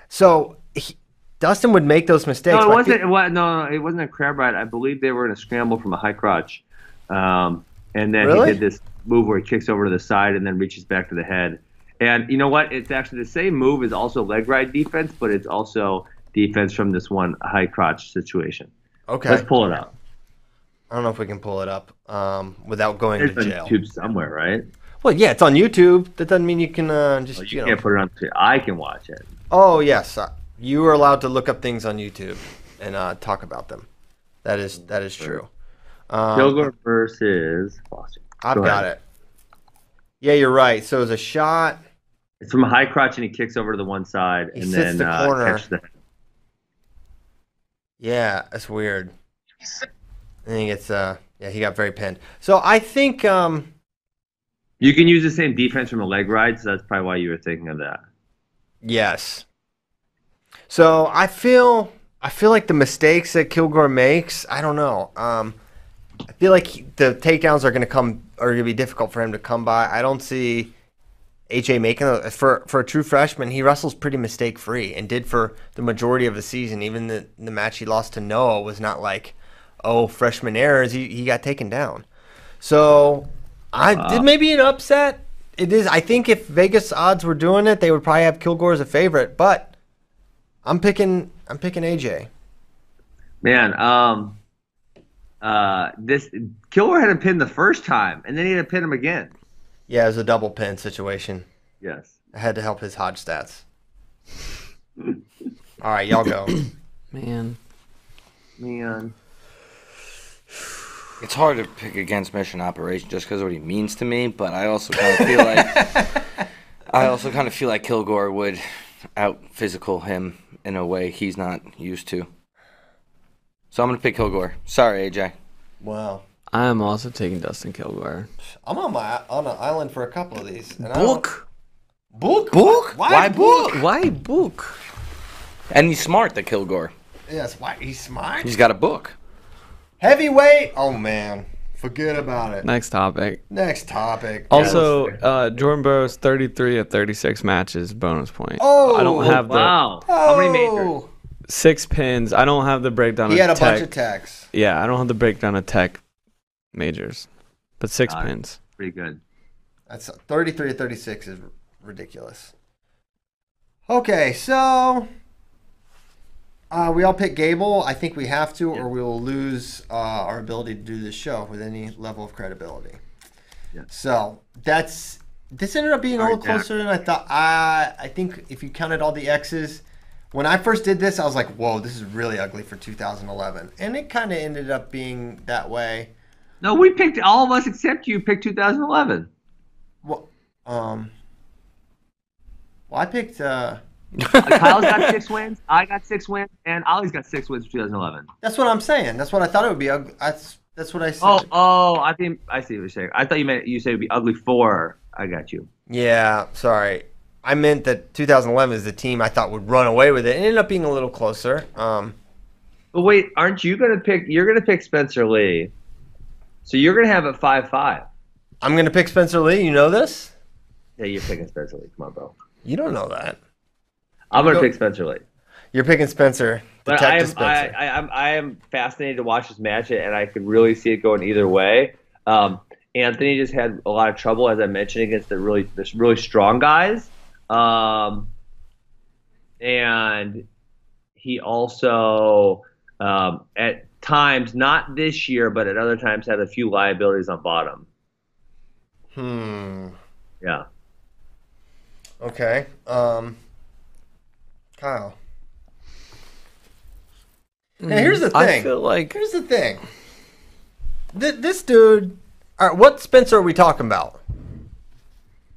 So he, Dustin would make those mistakes.
No, it
but I
wasn't.
feel-
It was, no, no, it wasn't a crab ride. I believe they were in a scramble from a high crotch, um, and then
Really?
he did this move where he kicks over to the side and then reaches back to the head. And you know what? It's actually the same move is also leg ride defense, but it's also defense from this one high crotch situation.
okay.
Let's pull it up.
I don't know if we can pull it up um, without going
It's
to
on
jail.
YouTube somewhere, right?
Well, yeah, it's on YouTube. That doesn't mean you can uh, just
Oh, You
you know.
can't put it on. I can watch it.
Oh yes, uh, you are allowed to look up things on YouTube and uh, talk about them. That is that is true. Um,
Kilgore versus Foster.
Uh, I've
Go
got
ahead.
it. Yeah, you're right. So it was a shot.
It's from a high crotch, and he kicks over to the one side,
He
and
sits
then
the
uh,
corner.
catches the
Yeah, that's weird. I think it's uh yeah he got very pinned. So I think um
You can use the same defense from a leg ride, so that's probably why you were thinking of that.
yes. So I feel I feel like the mistakes that Kilgore makes I don't know um I feel like he- the takedowns are gonna come are gonna be difficult for him to come by. I don't see AJ making a, for for a true freshman he wrestles pretty mistake free and did for the majority of the season. Even the the match he lost to Noah was not like oh freshman errors he he got taken down. So I did maybe an upset. It is. I think if Vegas odds were doing it, they would probably have Kilgore as a favorite. But I'm picking. I'm picking AJ.
Man, um uh this Kilgore had him pinned the first time and then he had to pin him again.
Yeah, it was a double pin situation.
Yes.
I had to help his Hodge stats. All right, y'all go.
Man.
Man.
It's hard to pick against Mission Operation just because of what he means to me, but I also kind of feel like I also kind of feel like Kilgore would out physical him in a way he's not used to. So I'm gonna pick Kilgore. Sorry, AJ.
wow.
I am also taking Dustin Kilgore.
I'm on my on an island for a couple of these. And I don't-
Book.
book,
Book? Why book?
Why book?
And he's smart, the Kilgore.
Yes, why he's smart.
He's got a book.
Heavyweight. Oh man, forget about it.
Next topic.
Next topic.
Also, uh, Jordan Burrow's 33 of 36 matches, bonus point.
Oh,
I don't have the
Wow. How many majors?
six pins. I don't have the breakdown
Oh. He
of
had a
tech.
bunch of techs.
Yeah, I don't have the breakdown of tech majors, but six pins.
Pretty good.
That's 33 to 36 is ridiculous. Okay, so uh, we all pick Gable. I think we have to, or we will lose uh, our ability to do this show with any level of credibility.
Yeah.
So that's this ended up being a
Sorry,
little closer than I thought. uh, I I think if you counted all the X's, when I first did this, I was like, "Whoa, this is really ugly for 2011," and it kind of ended up being that way.
No, we picked all of us except you picked 2011.
Well, um, well, I picked. Uh,
Kyle's got six wins, I got six wins, and Ollie's got six wins for 2011.
that's what I'm saying. That's what I thought it would be. Ug- That's that's what I said.
Oh, oh, I think I see what you're saying. I thought you meant you said it'd be ugly four. I got you.
Yeah, sorry. I meant that 2011 is the team I thought would run away with it. It ended up being a little closer. Um,
But wait, aren't you gonna pick? You're gonna pick Spencer Lee, so you're gonna have a five five.
I'm gonna pick Spencer Lee. You know this?
Yeah, you're picking Spencer Lee. Come on, bro.
You don't know that.
I'm gonna
Go-
pick Spencer Lee.
You're picking Spencer.
But I am,
Detective
I,
Spencer.
I, I'm, I am fascinated to watch this match, and I could really see it going either way. Um, Anthony just had a lot of trouble, as I mentioned, against the really the really strong guys, um, and he also um, at times, not this year, but at other times, had a few liabilities on bottom.
hmm.
Yeah.
Okay. Um, Kyle. Now here's the thing.
I feel like
Here's the thing. Th- this dude. All right, what Spencer are we talking about?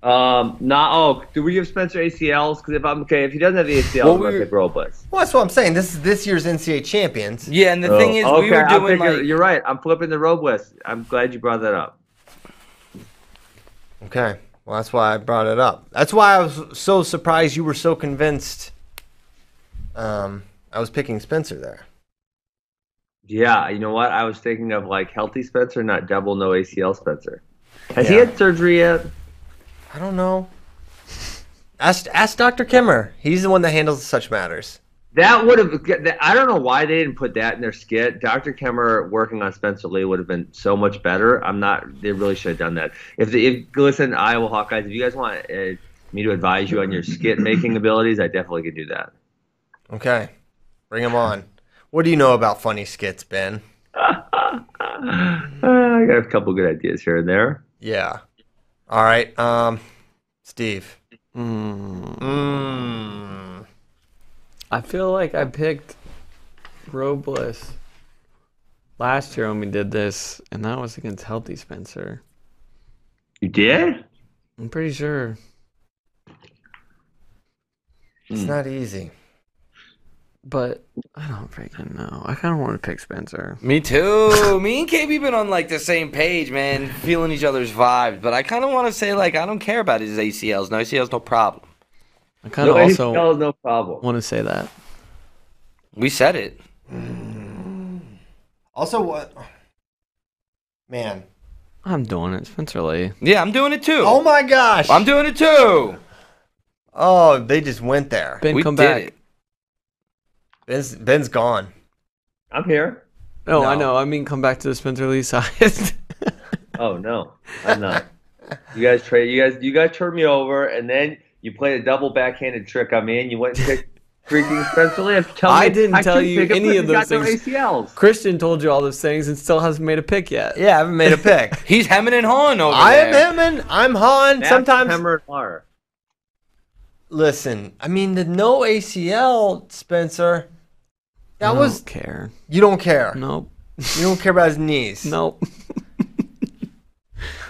Um, not oh, do we give Spencer ACLs? Because if I'm okay, if he doesn't have the ACL, I'm gonna
we-
pick Robles.
Well, that's what I'm saying. This is this year's NCAA champions.
Yeah, and the
Oh,
thing is, we were
I'll
doing
pick it.
like
you're right. I'm flipping the Robles. I'm glad you brought that up.
Okay. Well, that's why I brought it up. That's why I was so surprised you were so convinced. Um, I was picking Spencer there.
Yeah, you know what? I was thinking of like healthy Spencer, not double no ACL Spencer. Has he
Yeah.
had surgery yet?
I don't know. Ask ask Dr. Kimmer. He's the one that handles such matters.
That would have. I don't know why they didn't put that in their skit. Dr. Kemmer working on Spencer Lee would have been so much better. I'm not. They really should have done that. If the if listen, Iowa Hawkeyes, if you guys want uh, me to advise you on your skit making abilities, I definitely could do that.
Okay. Bring him on. What do you know about funny skits, Ben?
Uh, I got a couple good ideas here and there.
Yeah. All right. Um, Steve. Hmm.
I feel like I picked Robles last year when we did this, and that was against Healthy Spencer.
You did.
I'm pretty sure.
Hmm.
It's not easy.
but I don't freaking know. I kind of want to pick Spencer.
Me too. Me and KB been on like the same page, man, feeling each other's vibes. But I kind of want to say like I don't care about his ACLs. No ACLs, no problem.
I kind of
no,
also
ACL is no problem.
want to say that.
We said it.
Also, what? Man.
I'm doing it, Spencer Lee.
Yeah, I'm doing it too.
Oh my gosh.
I'm doing it too.
oh, they just went there.
Ben,
we
come
did
back.
it.
Ben's, Ben's gone.
I'm here.
No, I
No.
know. I mean, come back to the Spencer Lee side.
Oh no, I'm not. you guys trade. You guys. You guys turned me over, and then you played a double backhanded trick on me, and you went and picked freaking Spencer Lance. Tell
I
me-
didn't tell
couldn't
you
pick him
any
because
of
he's got
those
no
things.
ACLs.
Christian told you all those things and still hasn't made a pick yet.
Yeah, I haven't made a pick.
He's hemming and hawing over
Oh, I
there.
am him and I'm Han.
Matt
Sometimes.
Hammer and Lar.
Listen, I mean, the no ACL, Spencer, that
I
was.
don't care.
You don't care.
Nope.
You don't care about his knees.
Nope.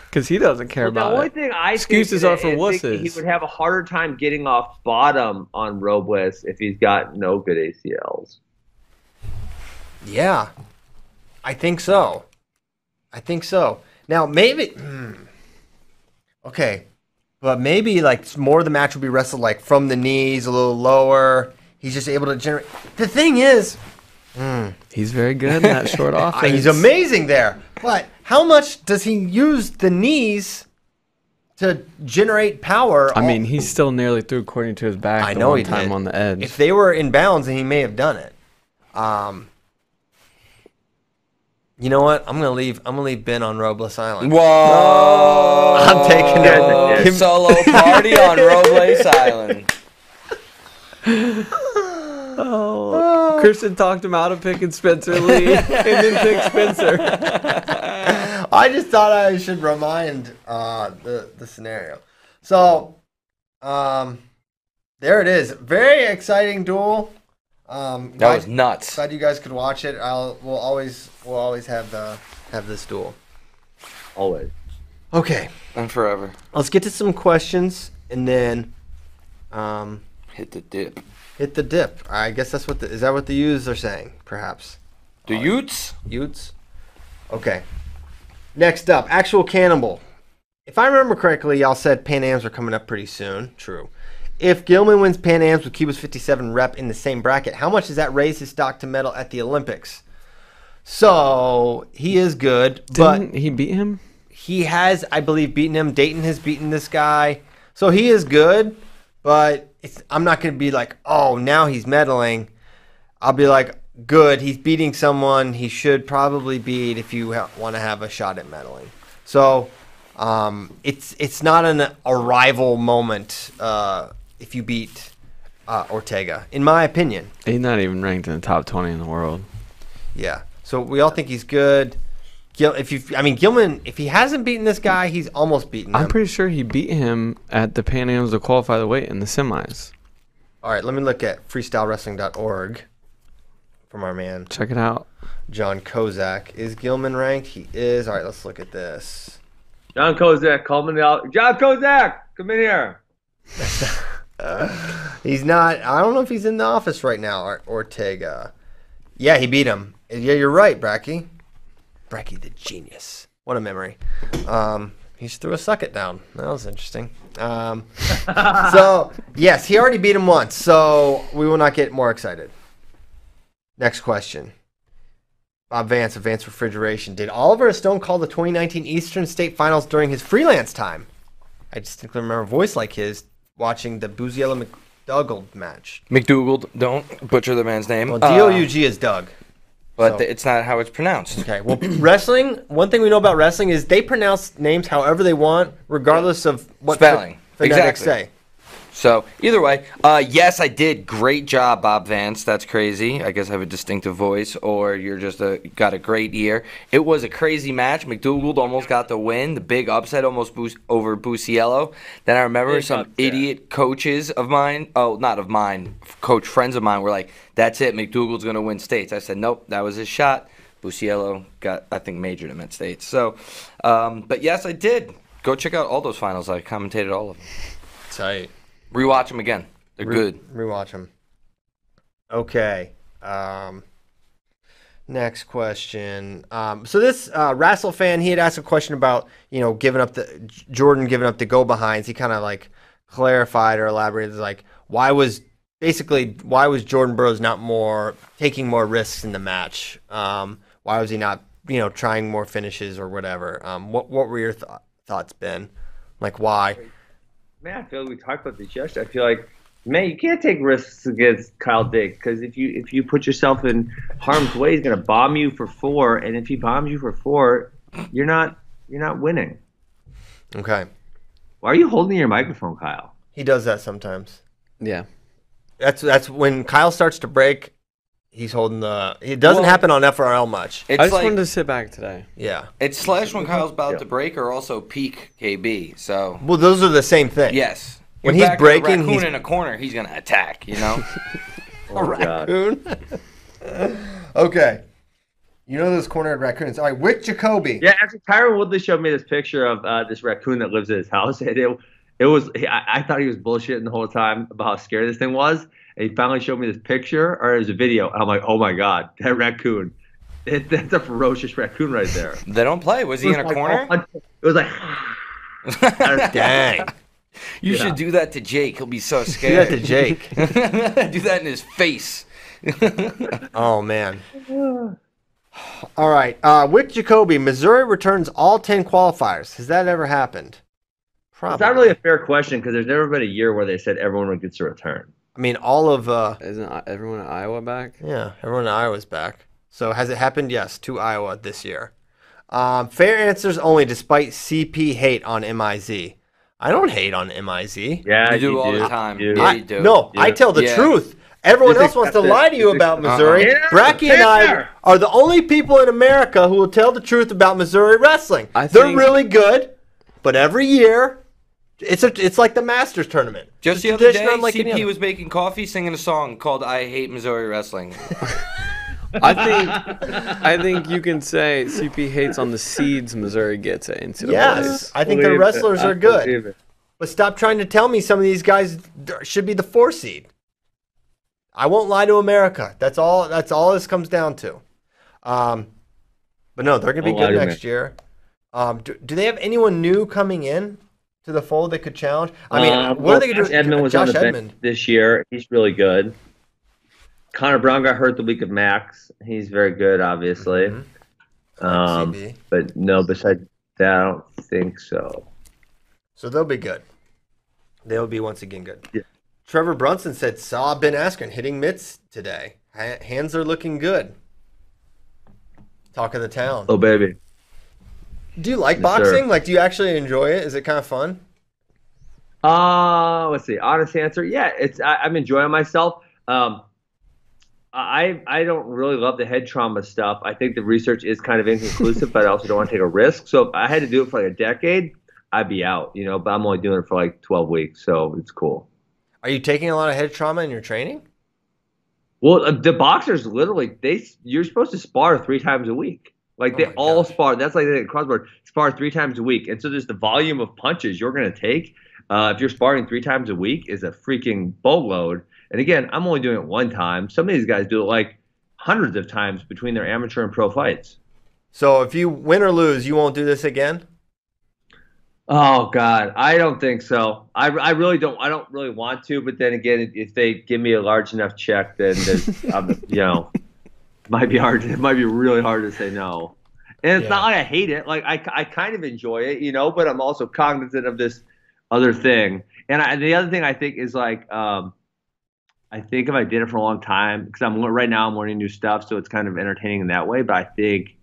Because he doesn't care
The
about
only
it.
thing I think
Excuses
that-
are for
I think that He
wusses.
would have a harder time getting off bottom on Robles if he's got no good ACLs.
Yeah, I think so. I think so. Now maybe. Hmm. Okay, but maybe like more of the match will be wrestled like from the knees, a little lower. He's just able to generate. The thing is,
He's very good in that short
I-
offense.
he's amazing there. But how much does he use the knees to generate power?
I
all-
mean, he still nearly threw according to his back.
I
the
know
one
he
time
did.
on the edge.
If they were in bounds, then he may have done it. Um, you know what? I'm gonna leave. I'm gonna leave Ben on Robles Island.
Whoa!
I'm taking it.
Oh,
Kim-
solo party on Robles Island.
Oh.
Oh.
Christian talked him out of picking Spencer Lee and then picked Spencer.
I just thought I should remind uh, the the scenario. So, um, there it is. Very exciting duel. Um,
That was
glad-
nuts.
Glad you guys could watch it. I'll we'll always we'll always have the have this duel.
Always.
Okay,
And forever.
let's get to some questions and then um,
Hit the dip.
hit the dip. I guess that's what the, is that what the youths are saying? Perhaps
The Utes?
youths. Okay. Next up, actual cannibal. If I remember correctly, y'all said Pan Ams are coming up pretty soon. True. If Gilman wins Pan Ams with Cuba's 57 rep in the same bracket, how much does that raise his stock to medal at the Olympics? So he is good, but
Didn't he beat him?
he has, I believe, beaten him. Dayton has beaten this guy, so he is good. But it's, I'm not going to be like, oh, now he's meddling. I'll be like, good, he's beating someone he should probably beat if you ha- want to have a shot at meddling. So um, it's it's not an arrival moment uh, if you beat uh, Ortega, in my opinion.
He's not even ranked in the top 20 in the world.
Yeah. So we all think he's good. Gil, if you, I mean, Gilman, if he hasn't beaten this guy, he's almost beaten him.
I'm pretty sure he beat him at the Pan Ams to qualify the weight in the semis.
All right, let me look at freestylewrestling.org from our man
Check it out.
John Kozak. Is Gilman ranked? He is. All right, let's look at this.
John Kozak, call me out. John Kozak, come in here.
He's not. I don't know if he's in the office right now. Or, Ortega. Yeah, he beat him. Yeah, you're right, Bracky. Bracky, the genius. What a memory. Um, he just threw a suck it down. That was interesting. Um, so yes, he already beat him once. So we will not get more excited. Next question. Bob Vance, Advanced Refrigeration. Did Oliver Stone call the 2019 Eastern State Finals during his freelance time? I distinctly remember a voice like his watching the Buziella McDougald match.
McDougald. Don't butcher the man's name.
Well,
Uh,
D O U G is Doug.
but
so-
th- it's not how it's pronounced.
Okay. Well, wrestling. One thing we know about wrestling is they pronounce names however they want, regardless of what pho-
Spelling.
phonetics
Exactly.
say.
So either way, uh, yes, I did. Great job, Bob Vance. That's crazy. I guess I have a distinctive voice, or you're just a got a great ear. It was a crazy match. McDougald almost got the win. The big upset almost boost over Buciello. Then I remember
Big
some
upset.
idiot coaches of mine. Oh, not of mine. Coach friends of mine were like, "That's it. McDougald's going to win states." I said, "Nope, that was his shot." Buciello got, I think, majored him at states. So, um, but yes, I did. Go check out all those finals. I commentated all of them.
Tight.
Rewatch them again. They're good.
Rewatch them. Okay. Um, next question. Um, so this uh, Rassel fan, he had asked a question about you know giving up the J- Jordan giving up the go behinds. He kind of like clarified or elaborated like why was basically why was Jordan Burroughs not more taking more risks in the match? Um, why was he not you know trying more finishes or whatever? Um, what what were your th- thoughts, Ben? Like why?
Man, I feel like we talked about this yesterday. I feel like, man, you can't take risks against Kyle Diggs because if you if you put yourself in harm's way, he's gonna bomb you for four, and if he bombs you for four, you're not you're not winning.
Okay,
Why are you holding your microphone, Kyle?
he does that sometimes.
Yeah.
That's that's when Kyle starts to break. He's holding the. It doesn't
Well-
happen on FRL much.
It's
I just
like
wanted to sit back today.
Yeah.
it's slash when Kyle's about to break or also peak KB. So
Well, those are the same thing.
yes,
When
You
he's
back up a
breaking,
raccoon
he's-
in a corner, he's gonna attack. You know,
Oh, God.
Raccoon. okay. You know those cornered raccoons. All right, Wick Jacoby.
Yeah, actually, Tyron Woodley showed me this picture of uh, this raccoon that lives in his house, and it it was he- I, I thought he was bullshitting the whole time about how scary this thing was, and he finally showed me this picture or it was a video, and I'm like, oh my god, that raccoon, it, that's a ferocious raccoon right there.
they don't play. Was he in a
Like,
corner?
oh,
It was like.
Dang.
You should do that to Jake. He'll be so
Do that
scared.
to Jake.
do that in his face.
oh man. All right. Uh, Wick Jacoby. Missouri returns all ten qualifiers. Has that ever happened? Probably.
It's not really a fair question because there's never been a year where they said everyone would get to return.
I mean, all of. Uh,
Isn't I- everyone in Iowa back?
Yeah, everyone in Iowa's back. So has it happened? Yes, to Iowa this year. Um, fair answers only, despite CP hate on MIZ. I don't hate on MIZ.
Yeah,
You do all the time.
You do.
Yeah,
I,
you do.
No, I
Yeah.
tell the
Yeah.
truth. Everyone
You
else
think
wants to
that's it.
lie to you
You think-
about Missouri.
Uh-uh. Yeah,
Bracky and I
fair.
are the only people in America who will tell the truth about Missouri wrestling.
I
They're
think-
really good, but every year, it's a, it's like the Masters tournament.
Just
It's a
the other day,
tradition unlike any
CP
other.
was making coffee, singing a song called "I Hate Missouri Wrestling."
I think I think you can say CP hates on the seeds Missouri gets at NCAA.
Yes, I think their
Believe it.
wrestlers
I
are good.
believe it.
But stop trying to tell me some of these guys th- should be the four seed. I won't lie to America. That's all. That's all this comes down to. Um, but no, they're going to be
Won't lie
good
to
next year. Um, do, do they have anyone new coming in to the fold that could challenge? I mean,
Uh,
what
well,
are they going
Josh
to do?
Edmond was on
Josh
the
Edmond.
bench this year. He's really good. Connor Brown got hurt the week of Max. He's very good, obviously.
Mm-hmm.
Um,
CB.
but no, besides that, I don't think so.
So they'll be good. They'll be once again good.
Yeah.
Trevor Brunson said, "Saw Ben Askren hitting mitts today. Ha- hands are looking good." Talk of the town.
Oh baby,
Do you
Yes,
like
sir.
boxing? Like, do you actually enjoy it? Is it kind of fun?
Uh, let's see. Honest answer, yeah, it's I, I'm enjoying myself. Um, I I don't really love the head trauma stuff. I think the research is kind of inconclusive, but I also don't want to take a risk. So if I had to do it for like a decade, I'd be out, you know. But I'm only doing it for like 12 weeks, so it's cool.
Are you taking a lot of head trauma in your training?
Well, uh, the boxers literally they you're supposed to spar three times a week. Like they
Oh my
all
gosh.
spar. That's like the crossbar spar three times a week, and so there's the volume of punches you're gonna take. Uh, if you're sparring three times a week, is a freaking boatload. And again, I'm only doing it one time. Some of these guys do it like hundreds of times between their amateur and pro fights.
So if you win or lose, you won't do this again.
Oh God, I don't think so. I, I really don't. I don't really want to. But then again, if they give me a large enough check, then there's, um, you know, might be hard. It might be really hard to say no. And it's
Yeah.
not like I hate it. Like I, I kind of enjoy it, you know. But I'm also cognizant of this other thing. And I, the other thing I think is like, um, I think if I did it for a long time, because I'm right now I'm learning new stuff, so it's kind of entertaining in that way. But I think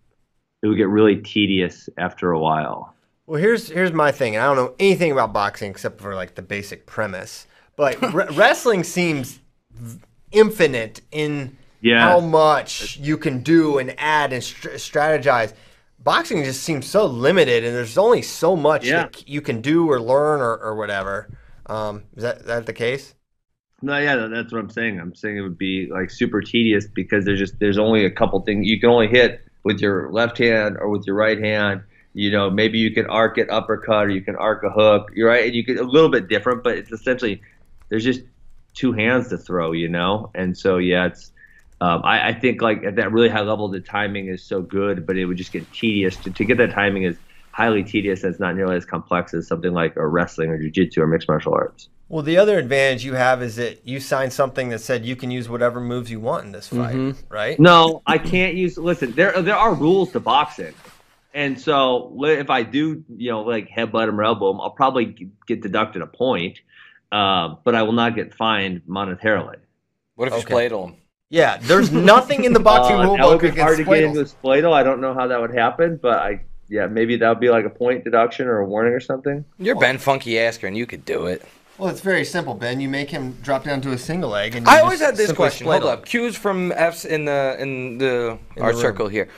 it would get really tedious after a while.
Well, here's here's my thing, and I don't know anything about boxing except for like the basic premise. But re- wrestling seems v- infinite in
Yeah.
how much you can do and add and str- strategize. Boxing just seems so limited, and there's only so much
Yeah.
that c- you can do or learn or, or whatever. Um, is that that the case?
No, yeah, that- that's what I'm saying. I'm saying it would be like super tedious because there's just there's only a couple things you can only hit with your left hand or with your right hand. You know, maybe you can arc it uppercut or you can arc a hook. You're right, and you can a little bit different, but it's essentially there's just two hands to throw, you know? And so, yeah, it's. Um, I, I think like at that really high level, the timing is so good, but it would just get tedious. To, to get that timing is highly tedious, and it's not nearly as complex as something like a wrestling or jiu-jitsu or mixed martial arts.
Well, the other advantage you have is that you signed something that said you can use whatever moves you want in this fight,
Mm-hmm.
right?
No, I can't use. Listen, there there are rules to boxing, and so li- if I do, you know, like headbutt him or elbow him, I'll probably g- get deducted a point, uh, but I will not get fined monetarily.
What if you
Okay.
splayed him?
Yeah, there's nothing in the boxing
Uh,
rule
that would
book
be hard
against
to get into a
Spladle.
Spladle. I don't know how that would happen, but I yeah, maybe that would be like a point deduction or a warning or something.
You're Ben Funky Asker, and you could do it.
Well, it's very simple, Ben. You make him drop down to a single leg, and you
I
just
always had this
simply
question. Hold
Spladle.
up. Cues from F's in the in the
In
our
the room.
circle here.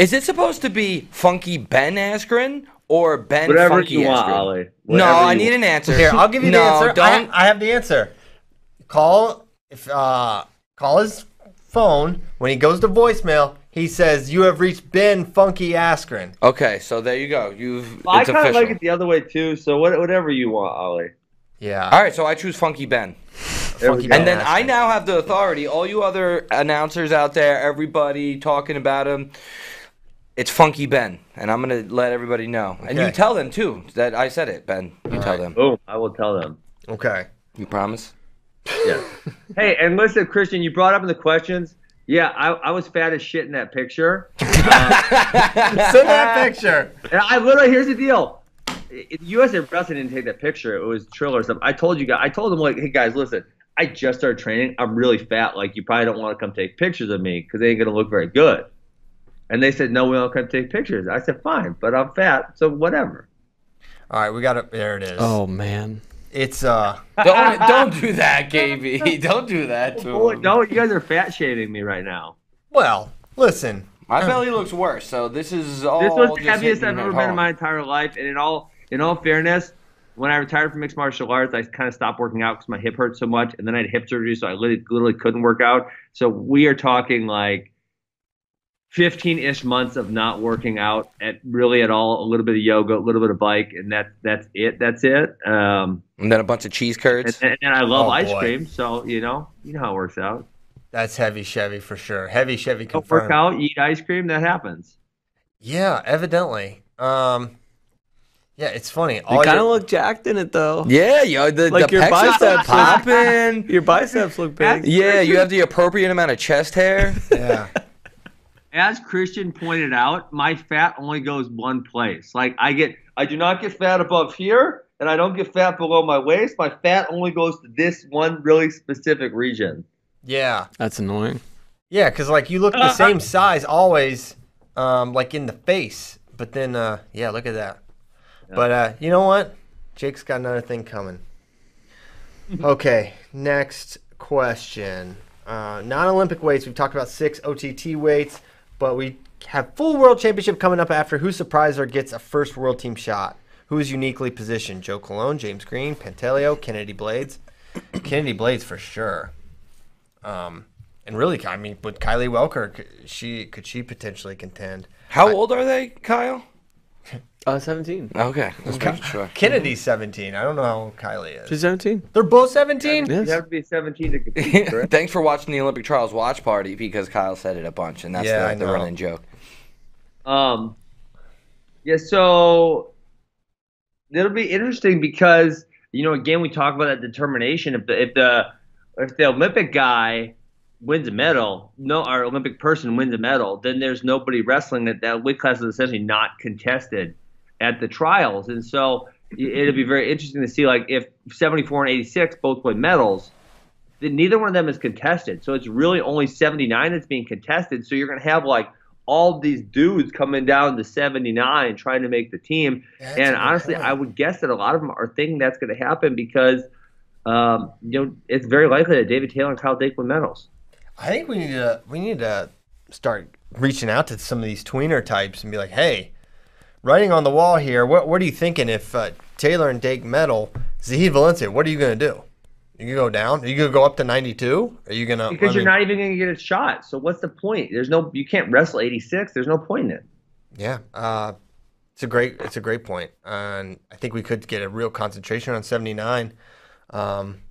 Is it supposed to be Funky Ben Askren or Ben
Whatever
Funky
you want,
Askren?
Ollie.
no,
Whatever
I
you
need
want.
an answer.
Here, I'll give you
no,
the answer.
Don't.
I, I have the answer. Call if uh, call his phone when he goes to voicemail. He says you have reached Ben Funky Askren.
Oh,
okay, so there you go. You've
Well, I
it's
kind of
official.
like it the other way too. So what, whatever you want, Ollie.
Yeah,
All right, so I choose Funky Ben.
There we
Funky
go.
And then
Askren.
I now have the authority. All you other announcers out there, everybody talking about him, it's Funky Ben, and I'm gonna let everybody know. And you
Okay.
tell them too that I said it, Ben. You tell them.
Boom! I will tell them.
Okay.
You promise?
Yeah. hey, and listen, Christian, you brought up in the questions. Yeah, I, I was fat as shit in that picture.
Send that picture.
And I literally, here's the deal. If USA Wrestling didn't take that picture. It was Trill or something. I told you guys, I told them, like, hey guys, listen, I just started training. I'm really fat. Like, you probably don't want to come take pictures of me because they ain't going to look very good. And they said, no, we don't come take pictures. I said, fine, but I'm fat, so whatever.
All right, we got it. There it is.
Oh man.
It's uh.
Don't don't do that, KB. Don't do that to
Oh,
him.
no, you guys are fat shaming me right now.
Well, listen.
My belly looks worse, so this is all.
This was the
just
heaviest I've
hitting
ever
it
been in
home.
my entire life. And in all in all fairness, when I retired from mixed martial arts, I kind of stopped working out because my hip hurt so much, and then I had hip surgery, so I literally, literally couldn't work out. So we are talking like 15-ish months of not working out at really at all. A little bit of yoga, a little bit of bike, and that that's it. That's it. Um,
And then a bunch of cheese curds.
and, and, and I love
Oh,
ice
boy.
cream, so you know you know how it works out.
That's heavy Chevy for sure. Heavy Chevy
Don't
confirmed.
work out, eat ice cream. That happens.
Yeah, evidently. Um, yeah, it's funny.
You
All
kind of
your-
look jacked in it though.
Yeah, yo, the,
Like
the
your
pecs are
biceps look-
popping.
Your biceps look big.
Yeah, you have the appropriate amount of chest hair.
yeah.
as Christian pointed out, my fat only goes one place. Like I get, I do not get fat above here, and I don't get fat below my waist. My fat only goes to this one really specific region.
Yeah.
That's annoying.
Yeah, because like you look the same size always, um, like in the face. But then, uh, yeah, look at that. But uh, you know what? Jake's got another thing coming. okay, next question. Uh, non-Olympic weights. We've talked about six OTT weights, but we have full world championship coming up after. Who surpriser gets a first world team shot? Who is uniquely positioned? Joe Colon, James Green, Pantaleo, Kennedy Blades. Kennedy Blades for sure. Um, and really, I mean, with Kylie Welker, c- she could she potentially contend?
How old are they, Kyle?
Uh, 17.
Okay, let's make sure.
Kennedy's seventeen. I don't know how old Kylie
She's
is.
17.
Mm-hmm. They're both seventeen.
Yes.
You have to be 17 to compete. correct?
Thanks for watching the Olympic Trials watch party because Kyle said it a bunch, and that's
Yeah, I
the, the
know.
running joke.
Um, yeah, so it'll be interesting because you know again we talk about that determination. If the if the if the Olympic guy wins a medal, no, our Olympic person wins a medal, then there's nobody wrestling that that weight class is essentially not contested at the trials, and so it- it'll be very interesting to see like if 74 and 86 both win medals that neither one of them is contested. So it's really only 79 that's being contested. So you're going to have like all these dudes coming down to 79 trying to make the team.
That's a
and
good
honestly,
point.
I would guess that a lot of them are thinking that's going to happen because, um, you know, it's very likely that David Taylor and Kyle Dake win medals.
I think we need to we need to start reaching out to some of these tweener types and be like, hey, writing on the wall here. What what are you thinking if uh, Taylor and Dake medal? Zahid Valencia, what are you gonna do? You gonna go down? Are you gonna go up to ninety two? Are you gonna?
Because
I
you're
mean,
not even going to get a shot. So what's the point? There's no, you can't wrestle 86. There's no point in it.
Yeah, uh, it's a great it's a great point, and I think we could get a real concentration on seventy nine. Um,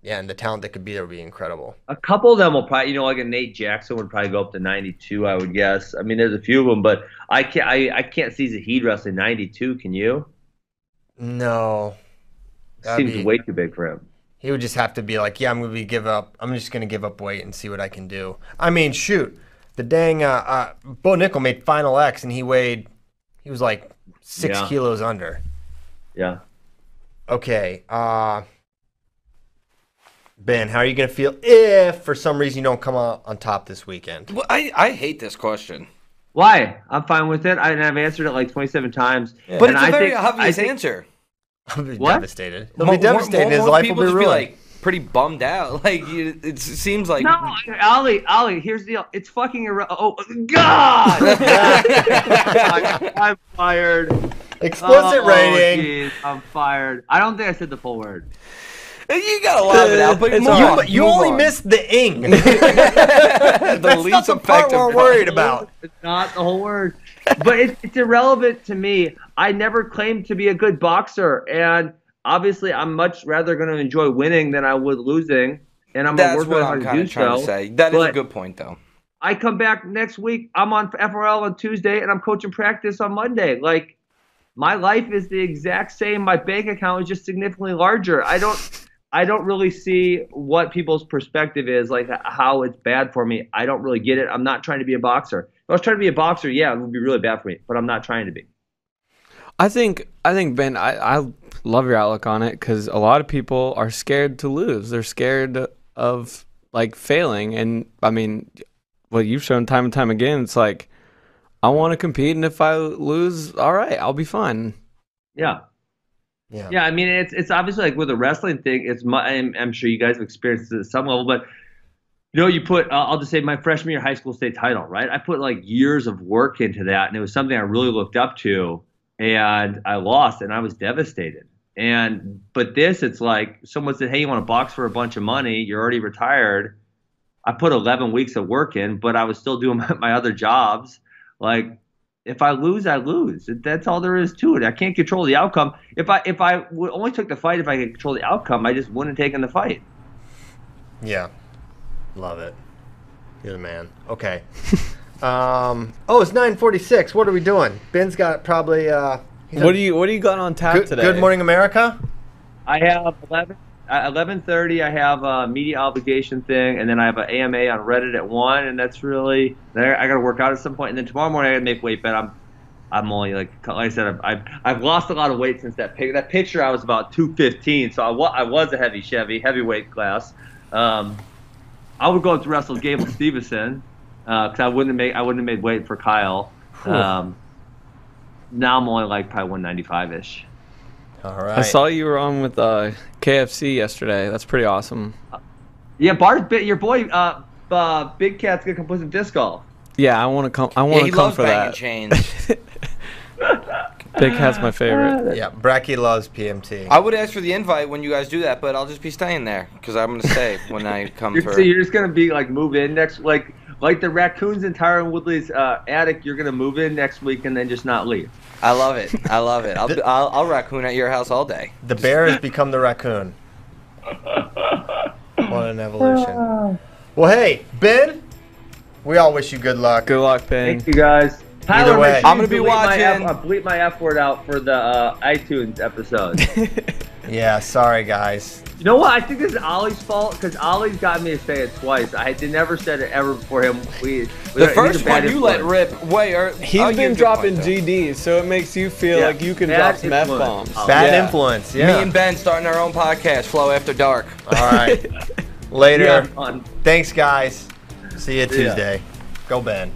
Yeah, and the talent that could be there would be incredible.
A couple of them will probably, you know, like a Nate Jackson would probably go up to 92, I would guess. I mean, there's a few of them, but I can't, I, I can't see Zahid wrestling 92. Can you?
No. That'd
Seems
be-
way too big for him.
He would just have to be like, yeah, I'm gonna be give up. I'm just gonna give up weight and see what I can do. I mean, shoot, the dang uh, uh, Bo Nickel made Final X and he weighed, he was like six
Yeah.
kilos under.
Yeah.
Okay, uh, Ben, how are you gonna feel if for some reason you don't come out on top this weekend?
Well, I, I hate this question.
Why? I'm fine with it. I, and I've answered it like 27 times.
But
and
it's a
I
very
think- I
obvious
think-
answer.
I'll be
What?
devastated. He'll
Mo-
be
won't-
devastated.
won't-
His
won't
life will be
people just
ruined.
like pretty bummed out. Like you, it seems like
No, Ollie, Ollie, here's the deal. It's fucking irre- Oh, God! I, I'm fired.
Explicit
Oh,
rating.
jeez, I'm fired. I don't think I said the full word.
you gotta laugh it out. But
It's
move
all
on,
right.
But you
move
only
on.
missed the ing. That's
the
not the part we're worried about.
It's not the whole word. But it, it's irrelevant to me. I never claimed to be a good boxer. And obviously, I'm much rather going to enjoy winning than I would losing. And I'm going to work
That's what
on how
I'm
to
kind
do
of trying
so.
to say. That is a
But-
good point, though.
I come back next week. I'm on FRL on Tuesday, and I'm coaching practice on Monday. Like, my life is the exact same. My bank account is just significantly larger. I don't, I don't really see what people's perspective is, like how it's bad for me. I don't really get it. I'm not trying to be a boxer. If I was trying to be a boxer, yeah, it would be really bad for me. But I'm not trying to be.
I think I think Ben, I, I love your outlook on it because a lot of people are scared to lose. They're scared of like failing, and I mean, what you've shown time and time again, it's like I want to compete, and if I lose, all right, I'll be fine.
Yeah.
Yeah.
Yeah, I mean, it's it's obviously like with the wrestling thing. It's my, I'm, I'm sure you guys have experienced this at some level, but you know, you put uh, I'll just say my freshman year high school state title, right? I put like years of work into that, and it was something I really looked up to, and I lost, and I was devastated. And but this, it's like someone said, "Hey, you want to box for a bunch of money? You're already retired." I put 11 weeks of work in, but I was still doing my, my other jobs. Like if I lose, I lose. That's all there is to it. I can't control the outcome. If I if I w- only took the fight, if I could control the outcome, I just wouldn't have taken the fight.
Yeah. Love it. You're the man. Okay. um, oh, it's 946. What are we doing? Ben's got probably... Uh, he's
What
a-
do you What do you got on tap
good,
today?
Good Morning America?
I have 11, uh, 11.30, I have a media obligation thing, and then I have an AMA on Reddit at 1, and that's really, there. I got to work out at some point, and then tomorrow morning I got to make weight, but I'm I'm only like, like I said, I've, I've, I've lost a lot of weight since that picture. That picture, I was about 215, so I wa- I was a heavy Chevy, heavyweight class. Um, I would go up to wrestle Gable Stevenson, because I wouldn't have made I wouldn't have made weight for Kyle. Um, now I'm only like probably 195 ish.
All
I
right.
saw you were on with uh, KFC yesterday. That's pretty awesome.
Yeah, Bart, your boy, uh, uh, Big Cat's gonna come play some disc golf.
Yeah, I want to come. I
Yeah,
want
he
to come
loves
for
banging
that.
chains.
Big Cat's my favorite.
Ah, Yeah, Bracky loves PMT.
I would ask for the invite when you guys do that, but I'll just be staying there because I'm gonna stay when I come
You're,
for.
so you're just gonna be like move in next, like like the raccoons in Tyron Woodley's uh, attic. You're gonna move in next week and then just not leave.
I love it. I love it. I'll, I'll, I'll raccoon at your house all day.
the bear has become the raccoon. what an evolution. Well, hey, Ben, we all wish you good luck.
Good luck, Ben.
Thank you guys. Tyler,
way.
make sure
I'm
gonna
you
be
bleep My F,
watching.
uh, bleep my F word out for the uh, iTunes episode.
Yeah, sorry, guys.
you know what? I think this is Ollie's fault because Ollie's got me to say it twice. I had never said it ever before him. We, we
The
he's a
first
bad
one you let
influence.
rip way early.
He's been dropping GDs, so it makes you feel
Yeah.
like you can
Bad
drop some F
influence.
bombs.
Bad
Yeah.
influence,
Me
yeah.
and Ben starting our own podcast, Flow After Dark.
all right. Later.
Yeah, on-
Thanks, guys. See you Tuesday. Go, Ben.